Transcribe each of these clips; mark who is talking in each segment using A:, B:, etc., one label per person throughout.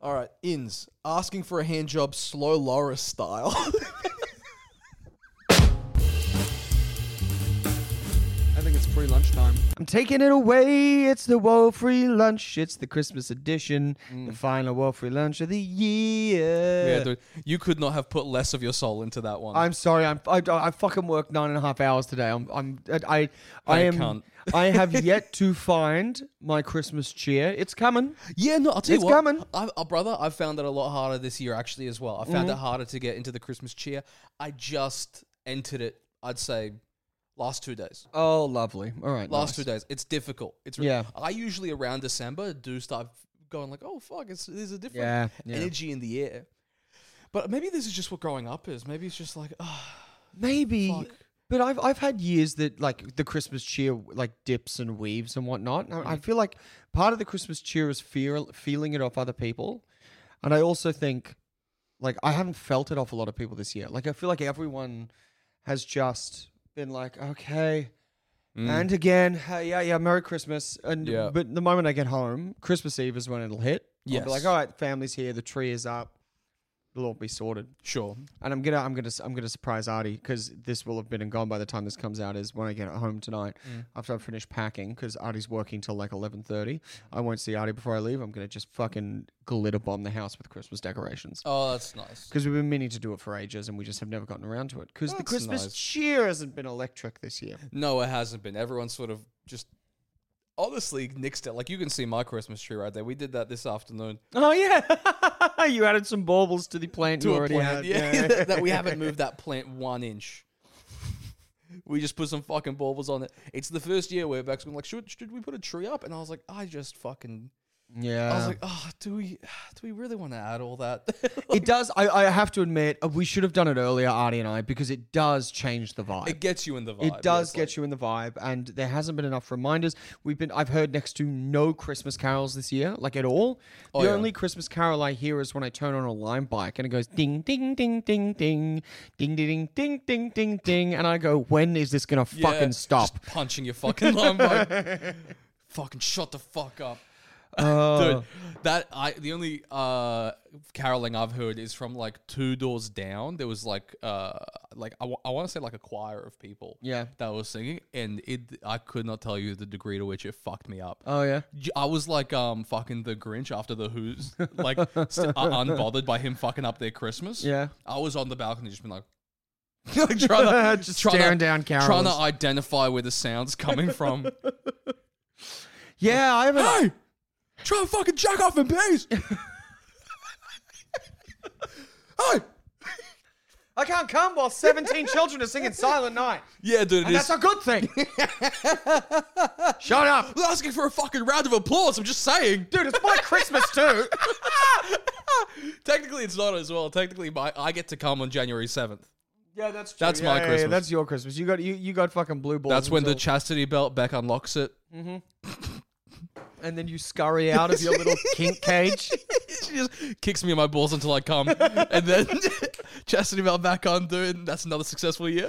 A: All right, Inns asking for a hand job, slow Laura style.
B: I think it's free lunchtime.
C: I'm taking it away. It's the woe free lunch. It's the Christmas edition. The final woe free lunch of the year.
A: yeah, dude, you could not have put less of your soul into that one.
C: I'm sorry. I'm I, I fucking worked nine and a half hours today. I'm I'm I I,
A: I
C: am
A: can't.
C: I have yet to find my Christmas cheer. It's coming.
A: yeah, no, I'll tell
C: It's
A: you what,
C: coming.
A: I, uh, brother, I found it a lot harder this year actually as well. I
C: Mm-hmm.
A: found it harder to get into the Christmas cheer. I just entered it. I'd say last two days.
C: Oh, lovely. All right.
A: Last two
C: nice.
A: days, it's difficult. It's re-
C: Yeah.
A: I usually around December do start going like, oh fuck, it's there's a different
C: Yeah, yeah.
A: energy in the air. But maybe this is just what growing up is. Maybe it's just like, ah,
C: Maybe.
A: Fuck.
C: But I've I've had years that like the Christmas cheer like dips and weaves and whatnot. And
A: Mm.
C: I I feel like part of the Christmas cheer is fear feeling it off other people, and I also think like I haven't felt it off a lot of people this year. Like I feel like everyone has just been like, okay, and again, hey, yeah, yeah, Merry Christmas. And
A: Mm. Yeah.
C: but the moment I get home, Christmas Eve is when it'll hit. I'll
A: Yes.
C: be like, all right, family's here, the tree is up, it'll all be sorted
A: sure,
C: and I'm gonna I'm gonna I'm gonna surprise Artie because this will have been and gone by the time this comes out. Is when I get home tonight after I've finished packing because Artie's working till like eleven thirty. I won't see Artie before I leave. I'm gonna just fucking glitter bomb the house with Christmas decorations
A: oh, that's nice.
C: because we've been meaning to do it for ages and we just have never gotten around to it because the
A: That's
C: Christmas
A: nice.
C: cheer hasn't been electric this year.
A: No, it hasn't been. Everyone sort of just honestly nixed it. Like you can see my Christmas tree right there. We did that this afternoon
C: Oh yeah, you added some baubles to the plant
A: to
C: you
A: a
C: already
A: plant.
C: had.
A: Yeah, that we haven't moved that plant one inch. We just put some fucking baubles on it. It's the first year where Beck's been like, should, should we put a tree up? And I was like, I just fucking.
C: yeah.
A: I was like, oh, do we do we really want to add all that?
C: it does. I, I have to admit, uh, we should have done it earlier, Artie and I, because it does change the vibe.
A: it gets you in the vibe.
C: It does get you in the vibe, and there hasn't been enough reminders. We've been I've heard next to no Christmas carols this year, like at all.
A: Oh,
C: the
A: yeah.
C: only Christmas carol I hear is when I turn on a line bike, and it goes ding ding ding ding ding ding ding ding ding ding ding ding, and I go, when is this gonna
A: Yeah,
C: fucking stop?
A: Just punching your fucking line. bike. fucking shut the fuck up.
C: Oh.
A: Dude, that I the only uh caroling I've heard is from like two doors down. There was like uh like I want to say like a choir of people
C: Yeah.
A: that was singing, and it I could not tell you the degree to which it fucked me up.
C: Oh yeah.
A: J- I was like um fucking the Grinch after the Who's like st- uh, unbothered by him fucking up their Christmas.
C: Yeah.
A: I was on the balcony just being like. like trying to,
C: Just
A: trying
C: staring
A: to,
C: down
A: trying to
C: carols.
A: identify where the sound's coming from.
C: Yeah, I haven't
A: hey, try and fucking jack off in peace. hey,
C: I can't come while seventeen children are singing Silent Night.
A: yeah, dude, it
C: And
A: is.
C: that's a good thing. Shut up.
A: I'm asking for a fucking round of applause. I'm just saying.
C: Dude, it's my Christmas too.
A: Technically, it's not as well. Technically, my I get to come on January seventh.
C: Yeah, that's true.
A: That's
C: Yeah,
A: my
C: yeah, yeah,
A: Christmas.
C: that's your Christmas. You got you, you got fucking blue balls.
A: That's when the
C: until-
A: chastity belt back unlocks it.
C: and then you scurry out of your little kink cage.
A: she just kicks me in my balls until I come, and then chastity belt back on, dude. and That's another successful year.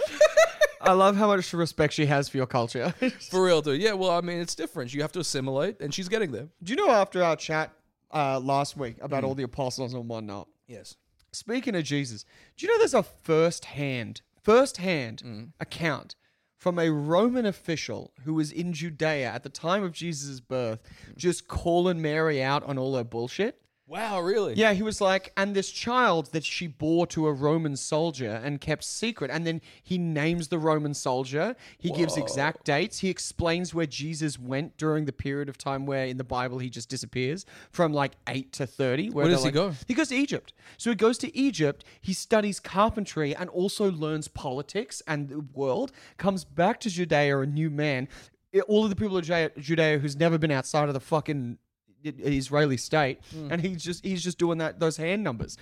C: I love how much respect she has for your culture. Do
A: For real, dude. Yeah, well, I mean, it's different. You have to assimilate, and she's getting there.
C: you know after our chat uh, last week about
A: Hmm.
C: all the apostles and whatnot?
A: Yes.
C: Speaking of Jesus, do you know there's a first hand, first hand
A: Hmm.
C: account from a Roman official who was in Judea at the time of Jesus' birth,
A: Hmm.
C: just calling Mary out on all her bullshit?
A: Wow, really?
C: Yeah, he was like, and this child that she bore to a Roman soldier and kept secret. And then he names the Roman soldier. He gives exact dates. He explains where Jesus went during the period of time where in the Bible he just disappears from like 8 to 30. Where
A: Where does
C: they're
A: he
C: like-
A: go?
C: He goes to Egypt. So he goes to Egypt. He studies carpentry and also learns politics and the world. Comes back to Judea a new man. It- All of the people of Judea- Judea who's never been outside of the fucking I- Israeli state,
A: Hmm.
C: and he's just he's just doing that those hand numbers,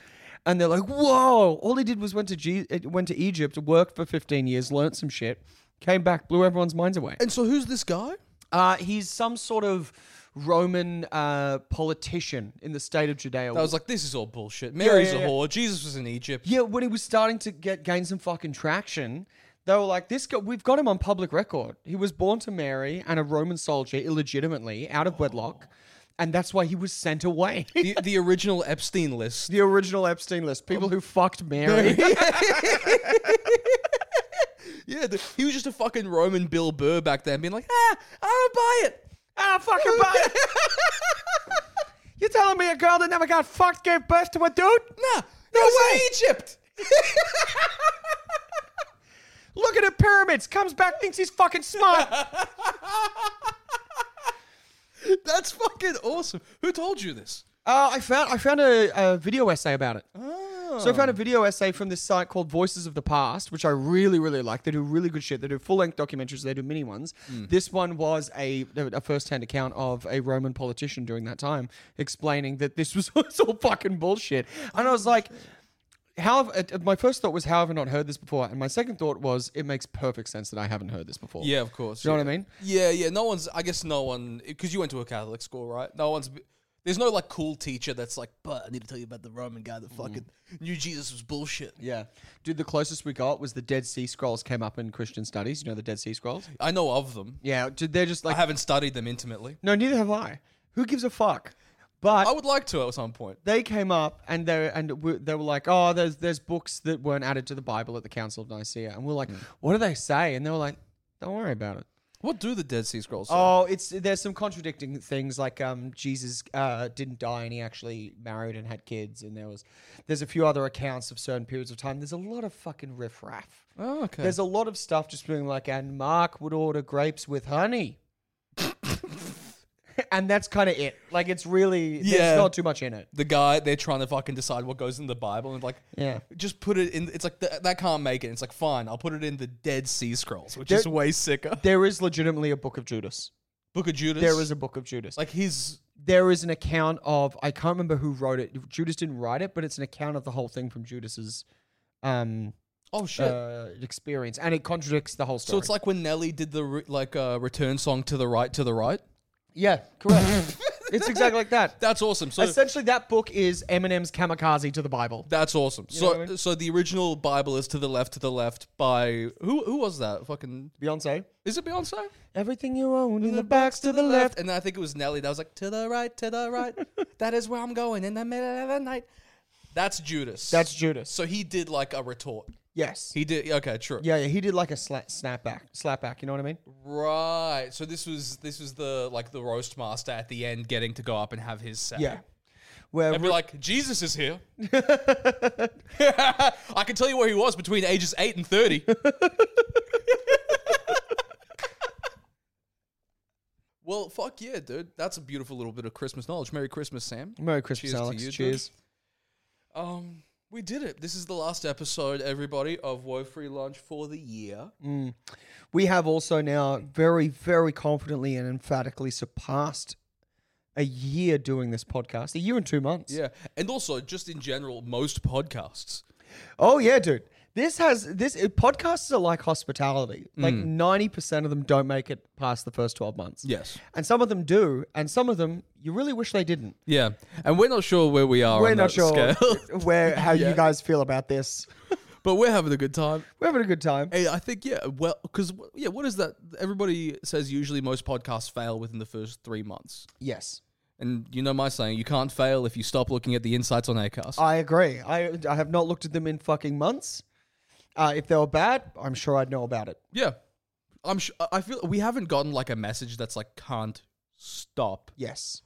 C: and they're like, whoa! All he did was went to G- uh, went to Egypt, worked for fifteen years, learnt some shit, came back, blew everyone's minds away.
A: And so, who's this guy?
C: Uh, he's some sort of Roman uh, politician in the state of
A: I
C: Judea.
A: was like, this is all bullshit. Mary's
C: yeah, yeah.
A: a whore. Jesus was in Egypt.
C: yeah, when he was starting to get gain some fucking traction, they were like, "This guy, we've got him on public record. He was born to Mary and a Roman soldier illegitimately out of wedlock, and that's why he was sent away.
A: The, the original Epstein list.
C: the original Epstein list, people who fucked Mary.
A: Yeah, the, he was just a fucking Roman Bill Burr back then, being like, ah, I don't buy it.
C: Ah, fucking buy it. You're telling me a girl that never got fucked gave birth to a dude?
A: Nah, no way, Egypt.
C: Look at the pyramids. Comes back, thinks he's fucking smart.
A: That's fucking awesome. Who told you this?
C: Uh, I found I found a, a video essay about it. So I found a video essay from this site called Voices of the Past, which I really really like. They do really good shit. They do full length documentaries. They do mini ones. This one was a a first hand account of a Roman politician during that time explaining that this was it's all fucking bullshit. And I was like. How have- uh, my first thought was, how have I not heard this before? And my second thought was, it makes perfect sense that I haven't heard this before.
A: Yeah, of course.
C: Do you know
A: yeah.
C: what I mean?
A: Yeah, yeah. No one's. I guess no one because you went to a Catholic school, right? No one's. There's no like cool teacher that's like, but I need to tell you about the Roman guy that fucking knew Jesus was bullshit.
C: Yeah. Dude, the closest we got was the Dead Sea Scrolls came up in Christian studies. You know the Dead Sea Scrolls?
A: I know of them.
C: Yeah, dude, they're just
A: I
C: like
A: haven't studied them intimately.
C: no, neither have I. Who gives a fuck? But
A: I would like to at some point.
C: they came up and they and w- they were like, oh, there's there's books that weren't added to the Bible at the Council of Nicaea, and we're like, what do they say? And they were like, don't worry about it.
A: What do the Dead Sea Scrolls? Say?
C: Oh, it's there's some contradicting things like um, Jesus uh, didn't die and he actually married and had kids, and there was there's a few other accounts of certain periods of time. There's a lot of fucking riffraff.
A: Oh, okay.
C: There's a lot of stuff just being like, and Mark would order grapes with honey. and that's kind of it. Like, it's really,
A: Yeah.
C: there's not too much in it.
A: the guy they're trying to fucking decide what goes in the Bible and like,
C: Yeah.
A: just put it in. It's like th- that can't make it. It's like fine, I'll put it in the Dead Sea Scrolls, which is
C: There-
A: way sicker.
C: There is legitimately a book of Judas.
A: Book of Judas.
C: There is a book of Judas.
A: like his
C: there is an account of, I can't remember who wrote it. Judas didn't write it, but it's an account of the whole thing from Judas's um,
A: oh shit.
C: uh, experience. And it contradicts the whole story.
A: So it's like when Nelly did the re- like uh, return song to the right to the right.
C: yeah, correct. it's exactly like that.
A: That's awesome. So
C: Essentially, that book is Eminem's Kamikaze to the Bible.
A: that's awesome.
C: know
A: So
C: what I mean?
A: so the original Bible is to the left to the left by who who was that? Fucking
C: Beyonce.
A: is it Beyonce?
C: Everything you own in the back's to the left.
A: and I think it was Nelly that was like to the right to the right. that is where I'm going in the middle of the night. That's Judas.
C: That's Judas.
A: so he did like a retort.
C: yes.
A: He did okay, true.
C: yeah, yeah, he did like a sla- snapback, slapback. You know what I mean?
A: Right. So this was this was the like the roast master at the end getting to go up and have his say.
C: Yeah. Where
A: And be like, Jesus is here. I can tell you where he was between ages 8 and 30. well, fuck yeah, dude. That's a beautiful little bit of Christmas knowledge. Merry Christmas, Sam.
C: Merry Christmas,
A: Cheers to
C: Alex.
A: you, dude.
C: Cheers.
A: Um, we did it. This is the last episode, everybody, of Woe Free Lunch for the year.
C: We have also now very, very confidently and emphatically surpassed a year doing this podcast. A year and two months.
A: Yeah. And also, just in general, most podcasts.
C: Oh yeah, dude. This has this it, podcasts are like hospitality. Like ninety percent of them don't make it past the first twelve months.
A: Yes.
C: And some of them do, and some of them you really wish they didn't.
A: Yeah. And we're not sure where we are
C: We're
A: on
C: not
A: that
C: sure
A: scale,
C: where how
A: Yeah.
C: you guys feel about this.
A: but we're having a good time.
C: We're having a good time.
A: Hey, I think yeah. Well, because yeah, what is that? Everybody says usually most podcasts fail within the first three months,
C: Yes,
A: and you know my saying: you can't fail if you stop looking at the insights on Acast.
C: I agree. I I have not looked at them in fucking months. Uh, if they were bad, I'm sure I'd know about it.
A: yeah, I'm. Sh- I feel we haven't gotten like a message that's like can't stop,
C: Yes,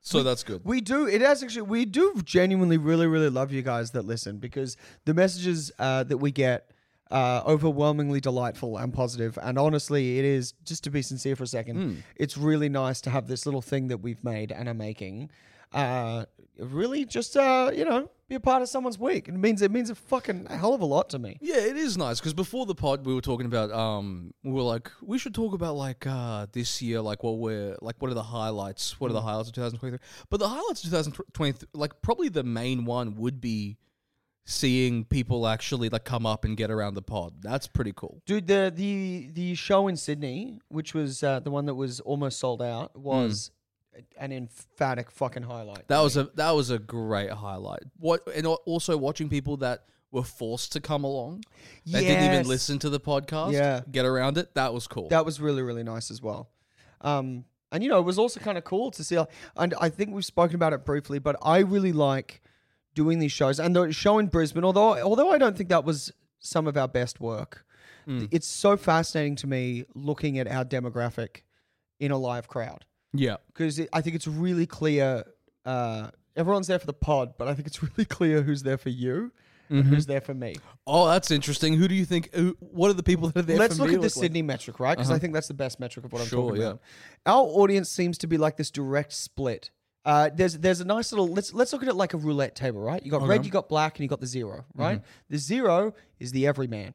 A: so that's good.
C: we do. It has actually. We do genuinely, really, really love you guys that listen because the messages uh, that we get. Uh, overwhelmingly delightful and positive, and honestly, it is just to be sincere for a second. It's really nice to have this little thing that we've made and are making. Uh, really, just uh, you know, be a part of someone's week. It means it means a fucking hell of a lot to me.
A: Yeah, it is nice because before the pod, we were talking about um, we were like we should talk about like uh this year, like what we're like what are the highlights?
C: Mm.
A: What are the highlights of 2023? But the highlights of 2023, like probably the main one would be seeing people actually like come up and get around the pod. That's pretty cool.
C: Dude, the the the show in Sydney, which was uh, the one that was almost sold out, was an emphatic fucking highlight.
A: That was a that was a great highlight. What and al- also watching people that were forced to come along that didn't even
C: Yes.
A: listen to the podcast,
C: Yeah.
A: get around it. That was cool.
C: That was really really nice as well. Um, And you know, it was also kind of cool to see. like- And I think we've spoken about it briefly, but I really like doing these shows and the show in Brisbane. Although, although I don't think that was some of our best work, it's so fascinating to me looking at our demographic in a live crowd
A: Yeah.
C: because I think it's really clear. Uh, everyone's there for the pod, but I think it's really clear who's there for you and who's there for me.
A: Oh, that's interesting. Who do you think? Who, what are the people that are there?
C: Let's
A: for
C: look
A: me
C: at the
A: look like? Uh-huh.
C: Sydney metric, right? Because I think that's the best metric of what I'm
A: Sure,
C: talking
A: yeah.
C: about. Our audience seems to be like this direct split. Uh, there's there's a nice little let's let's look at it like a roulette table, right? You got red, you got black, and you got the zero,
A: Mm-hmm.
C: right? The zero is the everyman.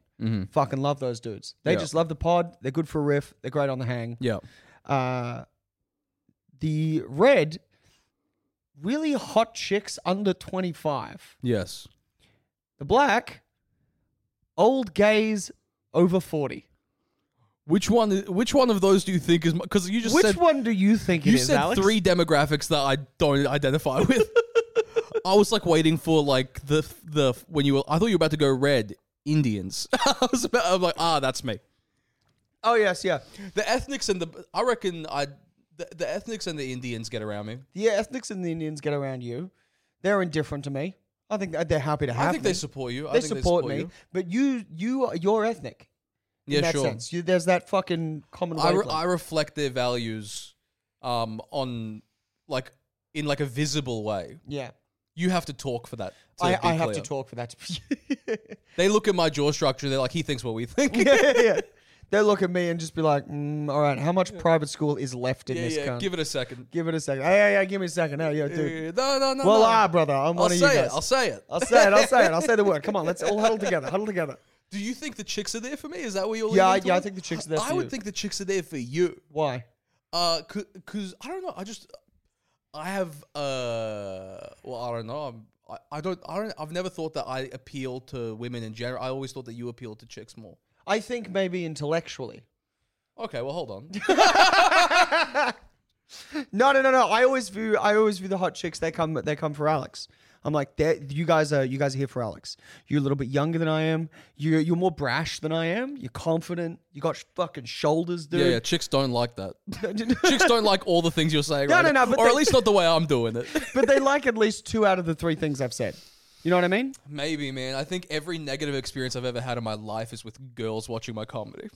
C: Fucking love those dudes. They
A: Yeah.
C: just love the pod. They're good for a riff. They're great on the hang.
A: Yeah.
C: Uh, the red, really hot chicks under 25.
A: Yes.
C: The black, old gays over 40.
A: Which one? Which one of those do you think is? Because you just
C: Which
A: said
C: one do you think it
A: you
C: is,
A: said
C: Alex?
A: three demographics that I don't identify with. I was like waiting for like the the when you were. I thought you were about to go red Indians. I was about. I'm like ah, that's me.
C: Oh, yes, yeah.
A: The ethnics and the I reckon I the, the ethnics and the Indians get around me.
C: The ethnics and the Indians get around you. They're indifferent to me. I think that they're happy to have
A: I think
C: me.
A: they support you. I
C: They
A: think
C: support me.
A: you.
C: But you, you, are- you're ethnic. in
A: Yeah,
C: that
A: sure.
C: sense. You, there's that fucking common
A: I, re-
C: wavelength.
A: I reflect their values um on like in like a visible way.
C: yeah.
A: You have to talk for that. To
C: I,
A: be
C: I have to
A: clear.
C: talk for that to be.
A: They look at my jaw structure. They're like, he thinks what we think.
C: yeah, yeah, yeah. They look at me and just be like, mm, "All right, how much private school is left in
A: yeah,
C: this
A: yeah.
C: cunt? Give,
A: Give it a second.
C: it a second. Hey, yeah, yeah, give me a second. Hey, yeah,
A: Yeah,
C: dude.
A: yeah, No, no, no.
C: well,
A: no.
C: ah, brother, I'm
A: I'll
C: one of you
A: say it.
C: guys.
A: I'll say it.
C: I'll say it. I'll say it. I'll say the word. Come on, let's all huddle together. Huddle together.
A: Do you think the chicks are there for me? Is that what you're?
C: Yeah, I-
A: leaning
C: yeah, I
A: towards?
C: think the chicks are there
A: I
C: for
A: would
C: you.
A: think the chicks are there for you.
C: Why?
A: Uh, cause, 'cause I don't know. I just, I have. Uh, well, I don't know. I'm, I, I don't. I don't. I've never thought that I appeal to women in general. I always thought that you appealed to chicks more.
C: I think maybe intellectually.
A: Okay, well, hold on.
C: No, no, no, no. I always view I always view the hot chicks. They come they come for Alex. I'm like, "They're- you guys are you guys are here for Alex. You're a little bit younger than I am. You're you're more brash than I am. You're confident. You got sh- fucking shoulders, dude.
A: yeah, yeah. Chicks don't like that. chicks don't like all the things you're saying.
C: No,
A: right
C: no,
A: now.
C: no, but
A: or at
C: they-
A: least not the way I'm doing it.
C: but they like at least two out of the three things I've said. You know what I mean?
A: Maybe, man. I think every negative experience I've ever had in my life is with girls watching my comedy.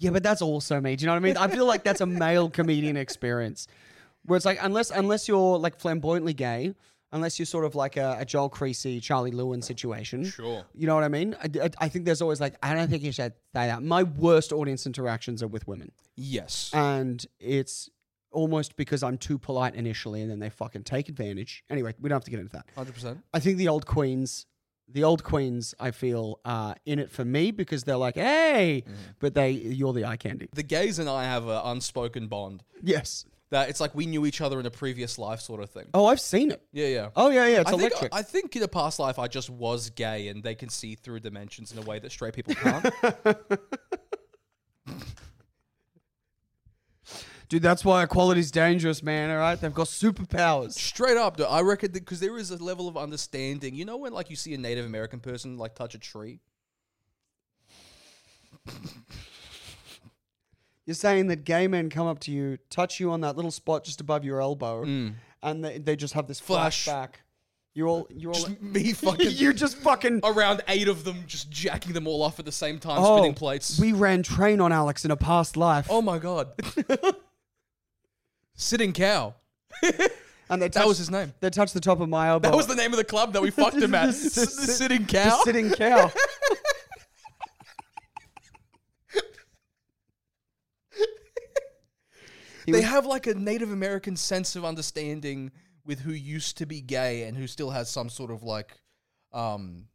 C: Yeah, but that's also me. Do you know what I mean? I feel like that's a male comedian experience, where it's like unless unless you're like flamboyantly gay, unless you're sort of like a, a Joel Creasy, Charlie Lewin situation.
A: Sure.
C: You know what I mean? I, I- I think there's always like I don't think you should say that. My worst audience interactions are with women,
A: Yes.
C: and it's almost because I'm too polite initially, and then they fucking take advantage. Anyway, we don't have to get into that.
A: 100%.
C: I think the old queens, the old queens, I feel are in it for me because they're like, hey, but they, you're the eye candy.
A: The gays and I have an unspoken bond
C: Yes.
A: that it's like we knew each other in a previous life, sort of thing.
C: Oh, I've seen it.
A: Yeah, yeah.
C: Oh yeah, yeah, it's
A: I think,
C: electric.
A: I think in a past life I just was gay and they can see through dimensions in a way that straight people can't.
C: Dude, that's why equality's dangerous, man. All right, they've got superpowers.
A: Straight up, though, I reckon because there is a level of understanding. You know when like you see a Native American person like touch a tree?
C: You're saying that gay men come up to you, touch you on that little spot just above your elbow, and they, they just have this
A: Flash.
C: flashback. You're all, you're all, Oh,
A: Just me fucking
C: you're just fucking.
A: around eight of them just jacking them all off at the same time,
C: Oh,
A: spinning plates.
C: we ran train on Alex in a past life,
A: oh my god. Sitting cow.
C: and they
A: That was
C: touched,
A: his name.
C: they touched the top of my elbow.
A: That was the name of the club that we fucked him at. S-
C: Oh. Sit- sit-
A: Sitting
C: The
A: cow.
C: sitting cow. He
A: They
C: was-
A: have like a Native American sense of understanding with who used to be gay and who still has some sort of like, um,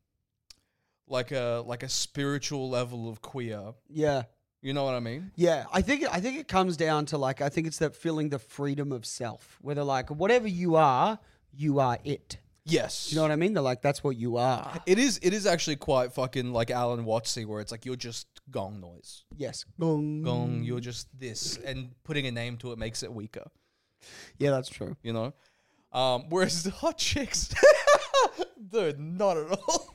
A: like a like a spiritual level of queer.
C: yeah.
A: You know what I mean?
C: Yeah, I think I think it comes down to like I think it's that feeling the freedom of self, where they're like, whatever you are, you are it.
A: Yes.
C: You know what I mean? They're like, that's what you are.
A: It is. It is actually quite fucking like Alan Wattsy, where it's like you're just gong noise,
C: Yes. Gong.
A: gong. You're just this, and putting a name to it makes it weaker.
C: Yeah, that's true.
A: You know. Um, whereas the hot chicks, dude, not at all.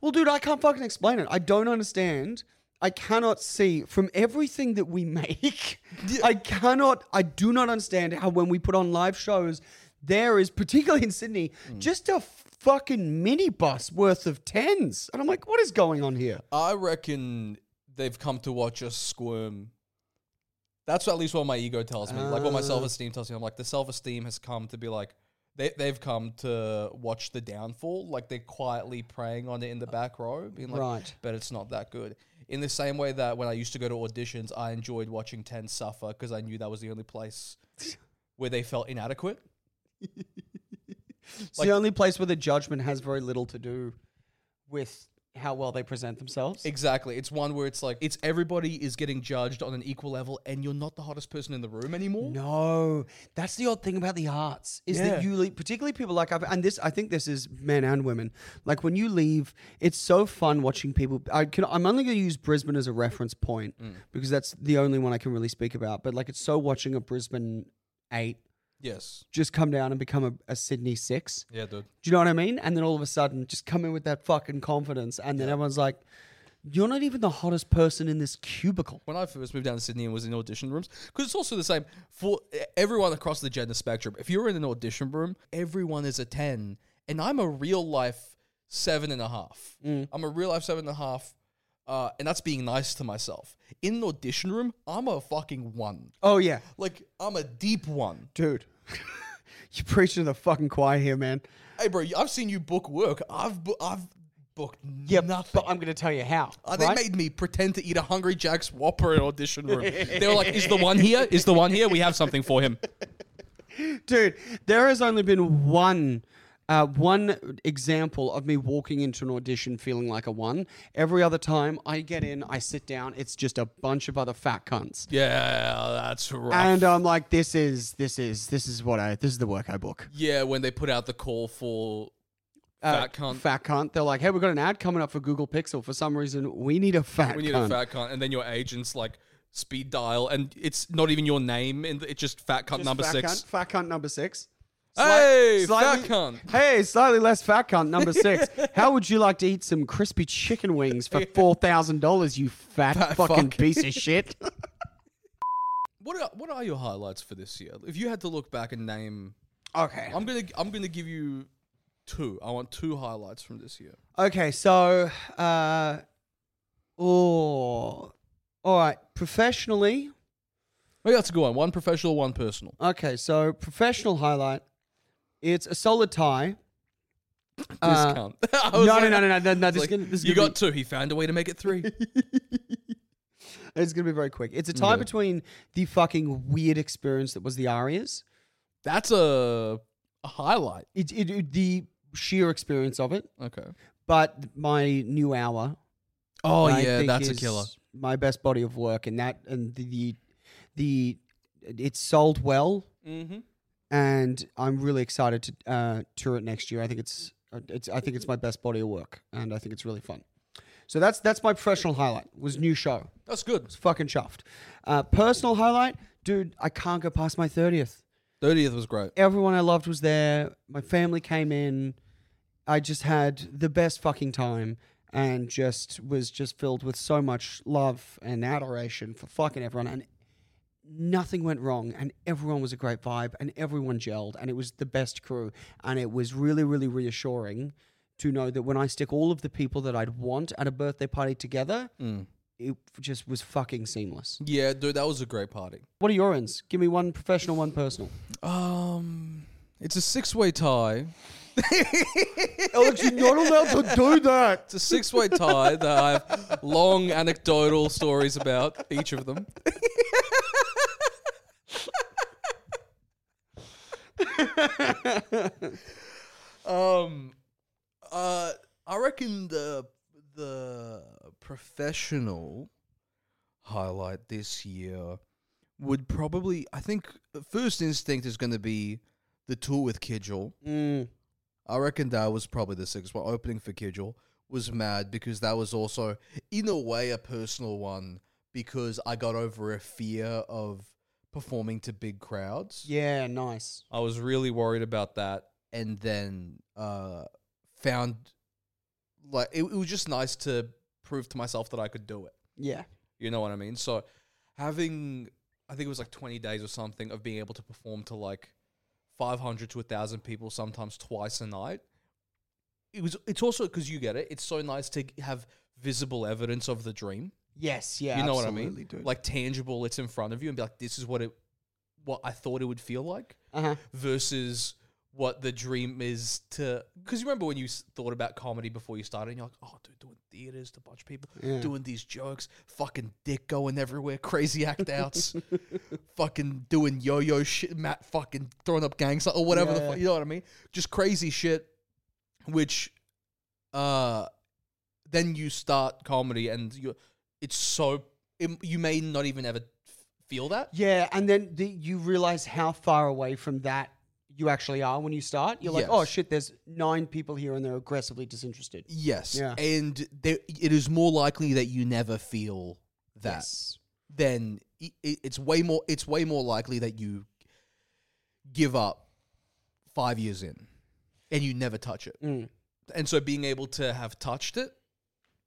C: Well, dude, I can't fucking explain it. I don't understand. I cannot see from everything that we make. I cannot. I do not understand how when we put on live shows, there is particularly in Sydney just a fucking minibus worth of tens, and I'm like, what is going on here?
A: I reckon they've come to watch us squirm. That's at least what my ego tells me. like what
C: Ah.
A: my self esteem tells me. I'm like the self esteem has come to be like they they've come to watch the downfall. Like they're quietly preying on it in the back row, being like,
C: Right.
A: but it's not that good. In the same way that when I used to go to auditions, I enjoyed watching Ten suffer because I knew that was the only place where they felt inadequate.
C: It's the only place where the judgment has very little to do with how well they present themselves.
A: Exactly. It's one where it's like it's everybody is getting judged on an equal level, and you're not the hottest person in the room anymore.
C: No, that's the odd thing about the arts is
A: Yeah.
C: that you leave, particularly people like I've, and this I think this is men and women. Like when you leave, it's so fun watching people. I can I'm only going to use Brisbane as a reference point because that's the only one I can really speak about. But like it's so watching a Brisbane eight
A: Yes.
C: just come down and become a, a Sydney six.
A: Yeah, dude.
C: Do you know what I mean? And then all of a sudden, just come in with that fucking confidence, and then everyone's like, "You're not even the hottest person in this cubicle."
A: when I first moved down to Sydney and was in audition rooms, because it's also the same for e, everyone across the gender spectrum. If you're in an audition room, everyone is a 10, and I'm a real life seven and a half.
C: Mm.
A: I'm a real life seven and a half, uh, and that's being nice to myself. In an audition room, I'm a fucking one.
C: Oh yeah,
A: Like, I'm a deep one.
C: dude. You're preaching to the fucking choir here, man.
A: Hey, bro, I've seen you book work. I've, bu- I've booked
C: Yeah,
A: nothing.
C: but I'm going to tell you how.
A: Uh, they
C: right?
A: made me pretend to eat a Hungry Jack's Whopper in audition room. they were like, "Is the one here? Is the one here? We have something for him."
C: Dude, there has only been one. Uh, one example of me walking into an audition feeling like a one. Every other time I get in, I sit down. It's just a bunch of other fat cunts,
A: Yeah, that's right.
C: and I'm like, "This is this is this is what I this is the work I book."
A: yeah, when they put out the call for fat cunt,
C: Uh, Fat cunt. They're like, "Hey, we've got an ad coming up for Google Pixel. For some reason, we need a fat
A: we need
C: cunt."
A: a fat cunt, and then your agent's like speed dial, and it's not even your name, and it's just fat cunt
C: Just
A: number
C: fat
A: six.
C: Cunt, fat cunt number six.
A: Hey,
C: slightly-
A: fat cunt.
C: Hey, slightly less fat cunt number six. How would you like to eat some crispy chicken wings for four thousand dollars? You fat,
A: Fat
C: fucking
A: fuck.
C: piece of shit.
A: What are what are your highlights for this year? If you had to look back and name,
C: okay.
A: I'm gonna I'm gonna give you two. I want two highlights from this year.
C: Okay. So, uh, oh, all right. Professionally,
A: Maybe that's a good one. One professional, one personal.
C: okay. So professional highlight. It's a solid tie. Uh,
A: Discount. I
C: No,
A: was
C: no,
A: like-
C: no, no, no, no, no. This
A: like,
C: is gonna, this is
A: you
C: gonna
A: got two. He found a way to make it three.
C: be, it's gonna be very quick. It's a tie between the fucking weird experience that was the Arias.
A: That's a, a highlight.
C: It, it, it- the sheer experience of it,
A: Okay.
C: but my new hour.
A: Oh
C: I
A: yeah,
C: think
A: that's a
C: is
A: killer.
C: My best body of work, and that and the the, the it's sold well,
A: Mm-hmm.
C: and I'm really excited to uh, tour it next year. I think it's uh, it's I think it's my best body of work, and I think it's really fun. So that's that's my professional highlight was new show.
A: That's good.
C: It's fucking chuffed. Uh, personal highlight, dude, I can't go past my thirtieth.
A: Thirtieth was great.
C: Everyone I loved was there. My family came in. I just had the best fucking time and just was just filled with so much love and adoration for fucking everyone and nothing went wrong and everyone was a great vibe and everyone gelled and it was the best crew and it was really really reassuring to know that when I stick all of the people that I'd want at a birthday party together it just was fucking seamless.
A: Yeah, dude, that was a great party.
C: What are your ends? Give me one professional, one personal.
A: Um, it's a six-way tie.
C: Alex, you're not allowed to do that.
A: It's a six-way tie that I have long anecdotal stories about each of them. um, uh, I reckon the the professional highlight this year would probably, I think, the first instinct is going to be the tour with Kidgel.
C: Mm.
A: I reckon that was probably the sixth one. Opening for Kidgel was mad because that was also, in a way, a personal one because I got over a fear of performing to big crowds.
C: Yeah, nice.
A: I was really worried about that, and then uh, found like it, it was just nice to prove to myself that I could do it.
C: Yeah.
A: You know what I mean? So having, I think it was like 20 days or something of being able to perform to like 500 to 1,000 people, sometimes twice a night. It was, it's also because you get it. It's so nice to have visible evidence of the dream.
C: Yes. Yeah.
A: You know what I
C: absolutely,
A: mean?
C: Dude.
A: Like tangible, it's in front of you and be like, this is what it, what I thought it would feel like
C: uh-huh.
A: versus what the dream is to. Because you remember when you s- thought about comedy before you started, and you're like, oh, dude, doing theaters to a bunch of people,
C: Yeah.
A: doing these jokes, fucking dick going everywhere, crazy act outs, fucking doing yo yo shit, Matt fucking throwing up gang signs or whatever the
C: Yeah.
A: fuck, you know what I mean? Just crazy shit, which, uh, then you start comedy and you, it's so it, you may not even ever f- feel that.
C: Yeah, and then the, you realize how far away from that you actually are when you start. You're like,
A: Yes.
C: oh shit, there's nine people here and they're aggressively disinterested.
A: Yes.
C: Yeah.
A: And there, it is more likely that you never feel that
C: Yes.
A: than i i- it's way more it's way more likely that you give up 5 years in and you never touch it.
C: Mm.
A: And so being able to have touched it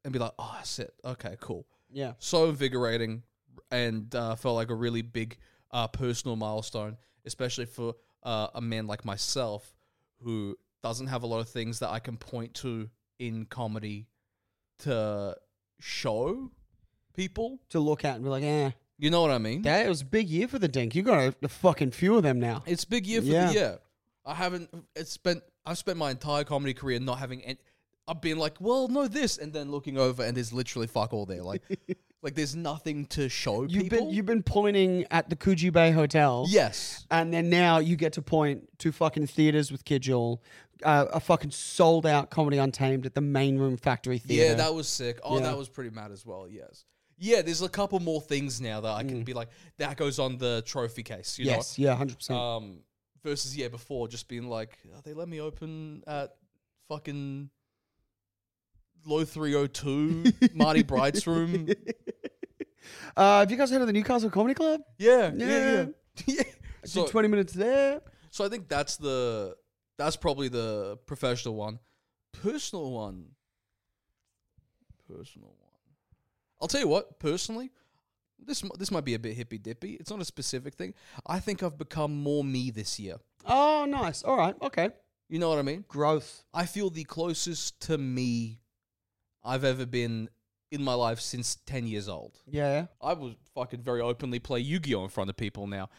A: and be like, "Oh, that's it. Okay, cool."
C: Yeah.
A: so invigorating and uh, felt like a really big uh, personal milestone, especially for uh, a man like myself who doesn't have a lot of things that I can point to in comedy to show people.
C: To look at and be like, eh,
A: You know what I mean?
C: that was a big year for the Dink. You got a, a fucking few of them now.
A: It's a big year for
C: Yeah.
A: the year. I haven't it's spent I've spent my entire comedy career not having any I've been like, well, no this and then looking over and there's literally fuck all there. Like like there's nothing to show
C: You've
A: people.
C: been you've been pointing at the Coogee Bay Hotel.
A: yes.
C: And then now you get to point to fucking theaters with Kid Joel, uh, a fucking sold out comedy untamed at the main room factory
A: Yeah,
C: theater.
A: that was sick. Oh,
C: Yeah.
A: that was pretty mad as well. Yes. Yeah, there's a couple more things now that I can be like, that goes on the trophy case, you
C: Mm. yes, yeah, hundred
A: know?
C: percent.
A: Um, versus, yeah, before just being like, oh, they let me open at fucking low 302, Marty Bright's room.
C: Uh, have you guys heard of the Newcastle Comedy Club?
A: Yeah, yeah, yeah. yeah.
C: I
A: So,
C: did twenty minutes there.
A: so I think that's the, that's probably the professional one. Personal one. Personal one. I'll tell you what, personally, this m- this might be a bit hippy dippy. It's not a specific thing. I think I've become more me this year.
C: Oh, nice. All right. Okay.
A: You know what I mean?
C: Growth.
A: I feel the closest to me I've ever been in my life since 10 years old.
C: Yeah.
A: I will fucking very openly play Yu-Gi-Oh in front of people now.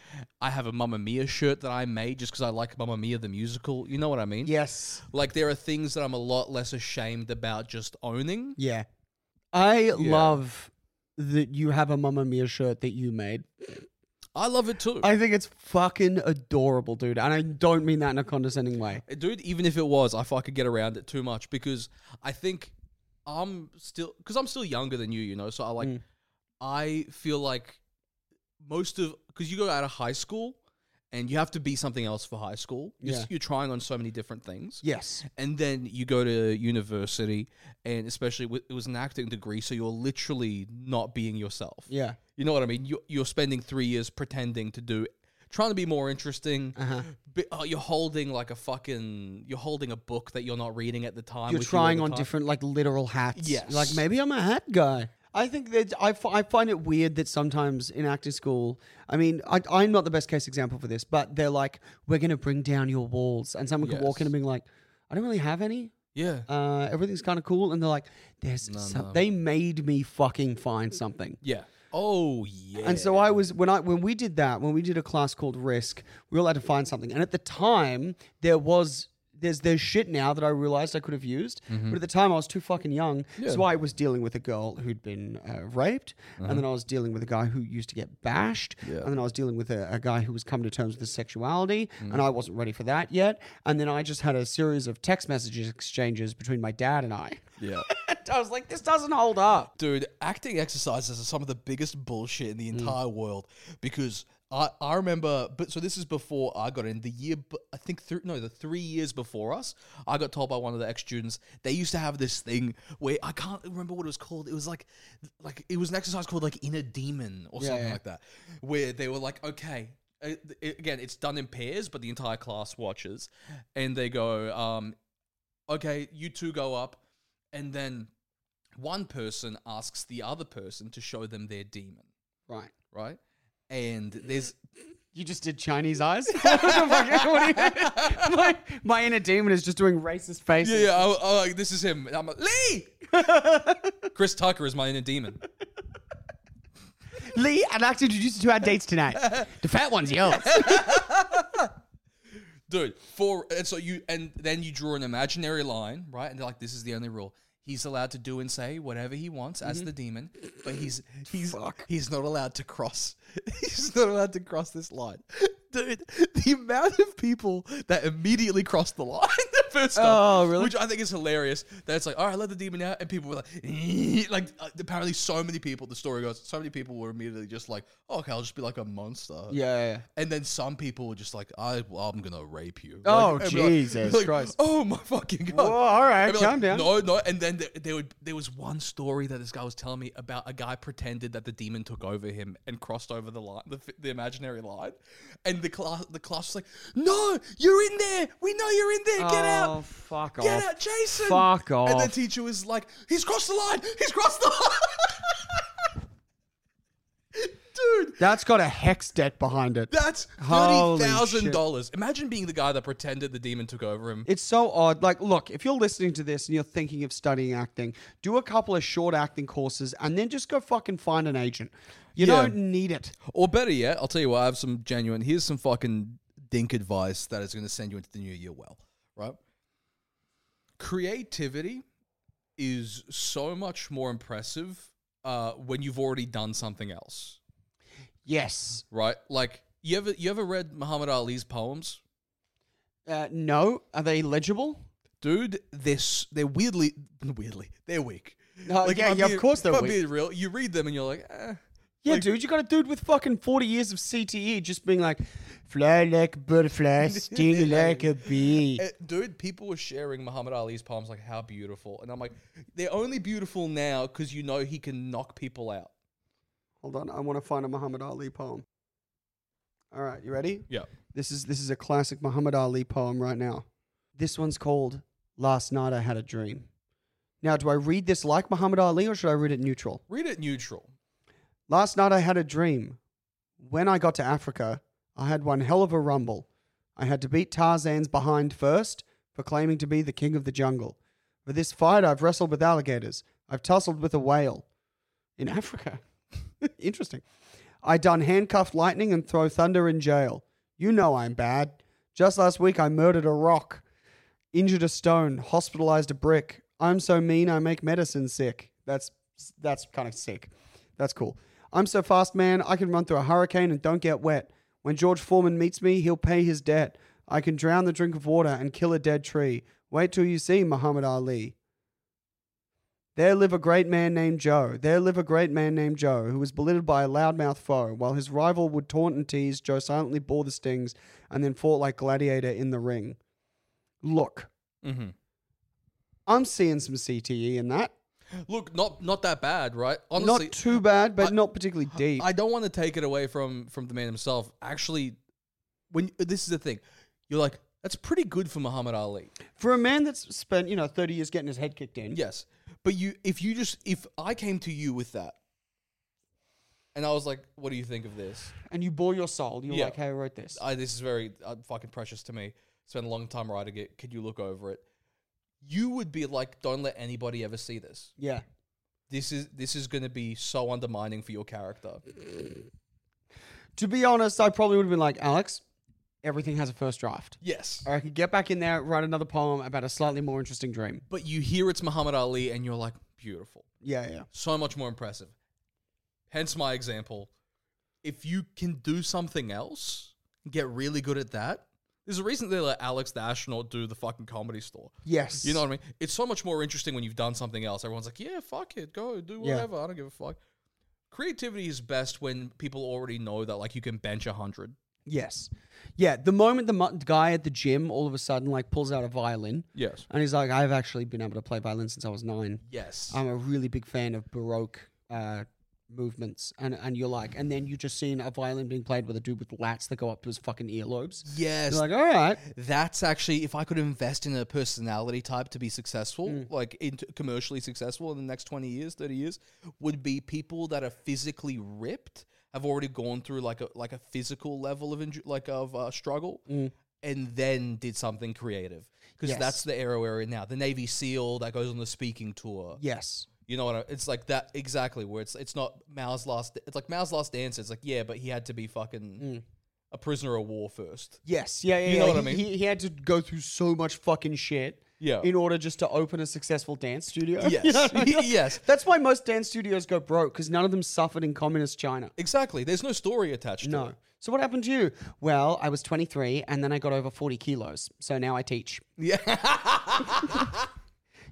A: I have a Mamma Mia shirt that I made just because I like Mamma Mia the musical. You know what I mean?
C: Yes.
A: Like there are things that I'm a lot less ashamed about just owning.
C: Yeah. I love that you have a Mamma Mia shirt that you made.
A: I love it too.
C: I think it's fucking adorable, dude. And I don't mean that in a condescending way.
A: Uh, dude even if it was i could get around it too much because i think i'm still because i'm still younger than you you know so i like
C: Mm.
A: i feel like most of because you go out of high school and you have to be something else for high school you're,
C: Yeah.
A: you're trying on so many different things
C: Yes.
A: and then you go to university and especially with, it was an acting degree so you're literally not being yourself
C: Yeah.
A: you know what I mean? You're, you're spending three years pretending to do, trying to be more interesting.
C: Uh-huh.
A: But, oh, you're holding like a fucking, you're holding a book that you're not reading at the time.
C: You're
A: with you all
C: trying
A: the
C: on
A: time.
C: different, like, literal hats.
A: Yes.
C: You're Like, maybe I'm a hat guy. I think that I, f- I find it weird that sometimes in acting school, I mean, I, I'm not the best case example for this, but they're like, we're going to bring down your walls. And someone could walk in
A: Yes.
C: and be like, I don't really have any.
A: Yeah.
C: uh, everything's kind of cool. And they're like, there's some, they made me fucking find something.
A: Yeah. Oh, yeah.
C: And so I was when I when we did that when we did a class called Risk, we all had to find something. And at the time, there was there's there's shit now that I realized I could have used, but at the time I was too fucking young, so I was dealing with a girl who'd been uh, raped, and then I was dealing with a guy who used to get bashed, and then I was dealing with a, a guy who was coming to terms with his sexuality, and I wasn't ready for that yet. And then I just had a series of text messages exchanges between my dad and I.
A: Yeah.
C: and I was like, this doesn't hold up.
A: Dude, acting exercises are some of the biggest bullshit in the
C: Mm.
A: entire world because I, I remember, but so this is before I got in the year, b- I think, th- no, the three years before us, I got told by one of the ex students they used to have this thing where I can't remember what it was called. It was like, like, it was an exercise called like Inner Demon or something
C: yeah.
A: like that, where they were like, okay, uh, th- again, it's done in pairs, but the entire class watches and they go, um, okay, you two go up and then one person asks the other person to show them their demon,
C: Right.
A: right? And there's
C: You just did Chinese eyes. What the fuck? What do you- my, my inner demon is just doing racist faces.
A: yeah, yeah oh, oh, like, this is him. And I'm like, Lee. Chris Tucker is my inner demon.
C: Lee, I'd like to introduce you to our dates tonight. The fat one's yours.
A: dude. For and so you and then you draw an imaginary line, right? And they're like, this is the only rule. He's allowed to do and say whatever he wants
D: Mm-hmm.
A: as the demon, but he's he's he's not allowed to cross. He's not allowed to cross this line, dude. The amount of people that immediately crossed the line. First off,
D: Oh, really?
A: Which I think is hilarious. That it's like, all right, let the demon out, and people were like, like uh, apparently so many people. The story goes, so many people were immediately just like, oh, okay, I'll just be like a monster.
C: yeah.
A: And then some people were just like, I, well, I'm gonna rape you.
C: Oh,
A: Like, and be like-
C: Jesus
A: be like,
C: Christ.
A: Oh my fucking god!
C: Whoa, all right,
A: And be
C: calm down.
A: No, no. And then there, there would there was one story that this guy was telling me about a guy pretended that the demon took over him and crossed over the line, the, fi- the imaginary line, and the class the class was like, No, you're in there. We know you're in there. Get
D: Oh,
A: out.
D: fuck
A: Get
D: off.
A: out, Jason.
D: Fuck
A: And the
D: off.
A: teacher was like, He's crossed the line. He's crossed the line. Dude,
C: That's got a hex debt behind it.
A: that's
C: Holy
A: thirty thousand dollars. Imagine being the guy that pretended the demon took over him.
C: It's so odd. Like, look, if you're listening to this and you're thinking of studying acting, do a couple of short acting courses and then just go fucking find an agent. You
A: Yeah.
C: don't need it.
A: Or better yet, I'll tell you what. I have some genuine. Here's some fucking dink advice that is going to send you into the new year well. Right? Creativity is so much more impressive uh, when you've already done something else.
C: Yes.
A: Right? Like you ever you ever read Muhammad Ali's poems?
C: Uh, no. Are they legible?
A: dude, they're s- they're weirdly weirdly they're weak.
C: Oh,
A: if
C: yeah,
A: I'm
C: yeah, of
A: being-
C: course they're
A: if I'm
C: weak.
A: being real, you read them and you're like, eh.
C: Yeah, dude, you got a dude with fucking 40 years of CTE just being like, fly like a butterfly, sting like a bee.
A: Eh, dude. People were sharing Muhammad Ali's poems like how beautiful, and I'm like, they're only beautiful now because you know he can knock people out.
C: Hold on, I want to find a Muhammad Ali poem. All right, you ready?
A: Yeah,
C: This is this is a classic Muhammad Ali poem right now. This one's called Last Night I Had a Dream. Now, do I read this like Muhammad Ali or should I read it neutral?
A: read it neutral.
C: Last night I had a dream. When I got to Africa, I had one hell of a rumble. I had to beat Tarzan's behind first for claiming to be the king of the jungle. For this fight, I've wrestled with alligators. I've tussled with a whale. In Africa. Interesting. I done handcuffed lightning and throw thunder in jail. You know I'm bad. Just last week, I murdered a rock injured a stone, hospitalized a brick. I'm so mean I make medicine sick. That's that's kind of sick. That's cool. I'm so fast, man, I can run through a hurricane and don't get wet. When George Foreman meets me, he'll pay his debt. I can drown the drink of water and kill a dead tree. Wait till you see Muhammad Ali. There live a great man named Joe. There live a great man named Joe, who was belittled by a loudmouth foe. While his rival would taunt and tease, Joe silently bore the stings and then fought like gladiator in the ring. Look,
A: Mm-hmm.
C: I'm seeing some CTE in that.
A: Look, not not that bad, right? Honestly,
C: not too bad, but
A: I-
C: not particularly deep.
A: I don't want to take it away from from the man himself. Actually, when this is the thing, you're like, that's pretty good for Muhammad Ali.
C: For a man that's spent, you know, 30 years getting his head kicked in.
A: Yes. But you if you just if I came to you with that and I was like, what do you think of this?
C: And you bore your soul. You're
A: Yeah.
C: like, hey, I wrote this.
A: I, this is very uh, fucking precious to me. Spent a long time writing it. Could you look over it? You would be like, don't let anybody ever see this.
C: yeah.
A: This is this is going to be so undermining for your character.
C: To be honest, I probably would have been like, Alex, everything has a first draft.
A: Yes.
C: Or I could get back in there, write another poem about a slightly more interesting dream.
A: But you hear it's Muhammad Ali and you're like, beautiful.
C: Yeah, yeah.
A: So much more impressive. Hence my example. If you can do something else, get really good at that. There's a reason they let Alex the astronaut do the fucking comedy store.
C: Yes.
A: You know what I mean? It's so much more interesting when you've done something else. Everyone's like, yeah, fuck it, go do
C: Yeah.
A: whatever. I don't give a fuck. Creativity is best when people already know that like you can bench a hundred.
C: Yes. Yeah. The moment the mu- guy at the gym all of a sudden like pulls out a violin
A: Yes.
C: and he's like, I've actually been able to play violin since I was nine.
A: Yes.
C: I'm a really big fan of Baroque uh, movements, and and you're like, and then you just seen a violin being played with a dude with lats that go up to his fucking earlobes.
A: Yes,
C: You're like, all right,
A: that's actually if I could invest in a personality type to be successful, like in commercially successful in the next 20 years, 30 years, would be people that are physically ripped, have already gone through like a like a physical level of inju- like of uh, struggle and then did something creative. Cuz
C: Yes.
A: that's the era we're in now. The Navy SEAL that goes on the speaking tour.
C: yes,
A: You know what? I, it's like that exactly where it's it's not Mao's last it's like Mao's last dance. It's like yeah, but he had to be fucking a prisoner of war first.
C: yes, yeah, yeah.
A: You know
C: yeah.
A: what I mean.
C: He- He, he had to go through so much fucking shit.
A: Yeah.
C: In order just to open a successful dance studio.
A: Yes.
C: You know what I mean?
A: Yes.
C: That's why most dance studios go broke because none of them suffered in communist China.
A: Exactly. There's no story attached to
C: No.
A: it.
C: So what happened to you? Well, I was 23 and then I got over 40 kilos. So now I teach.
A: Yeah.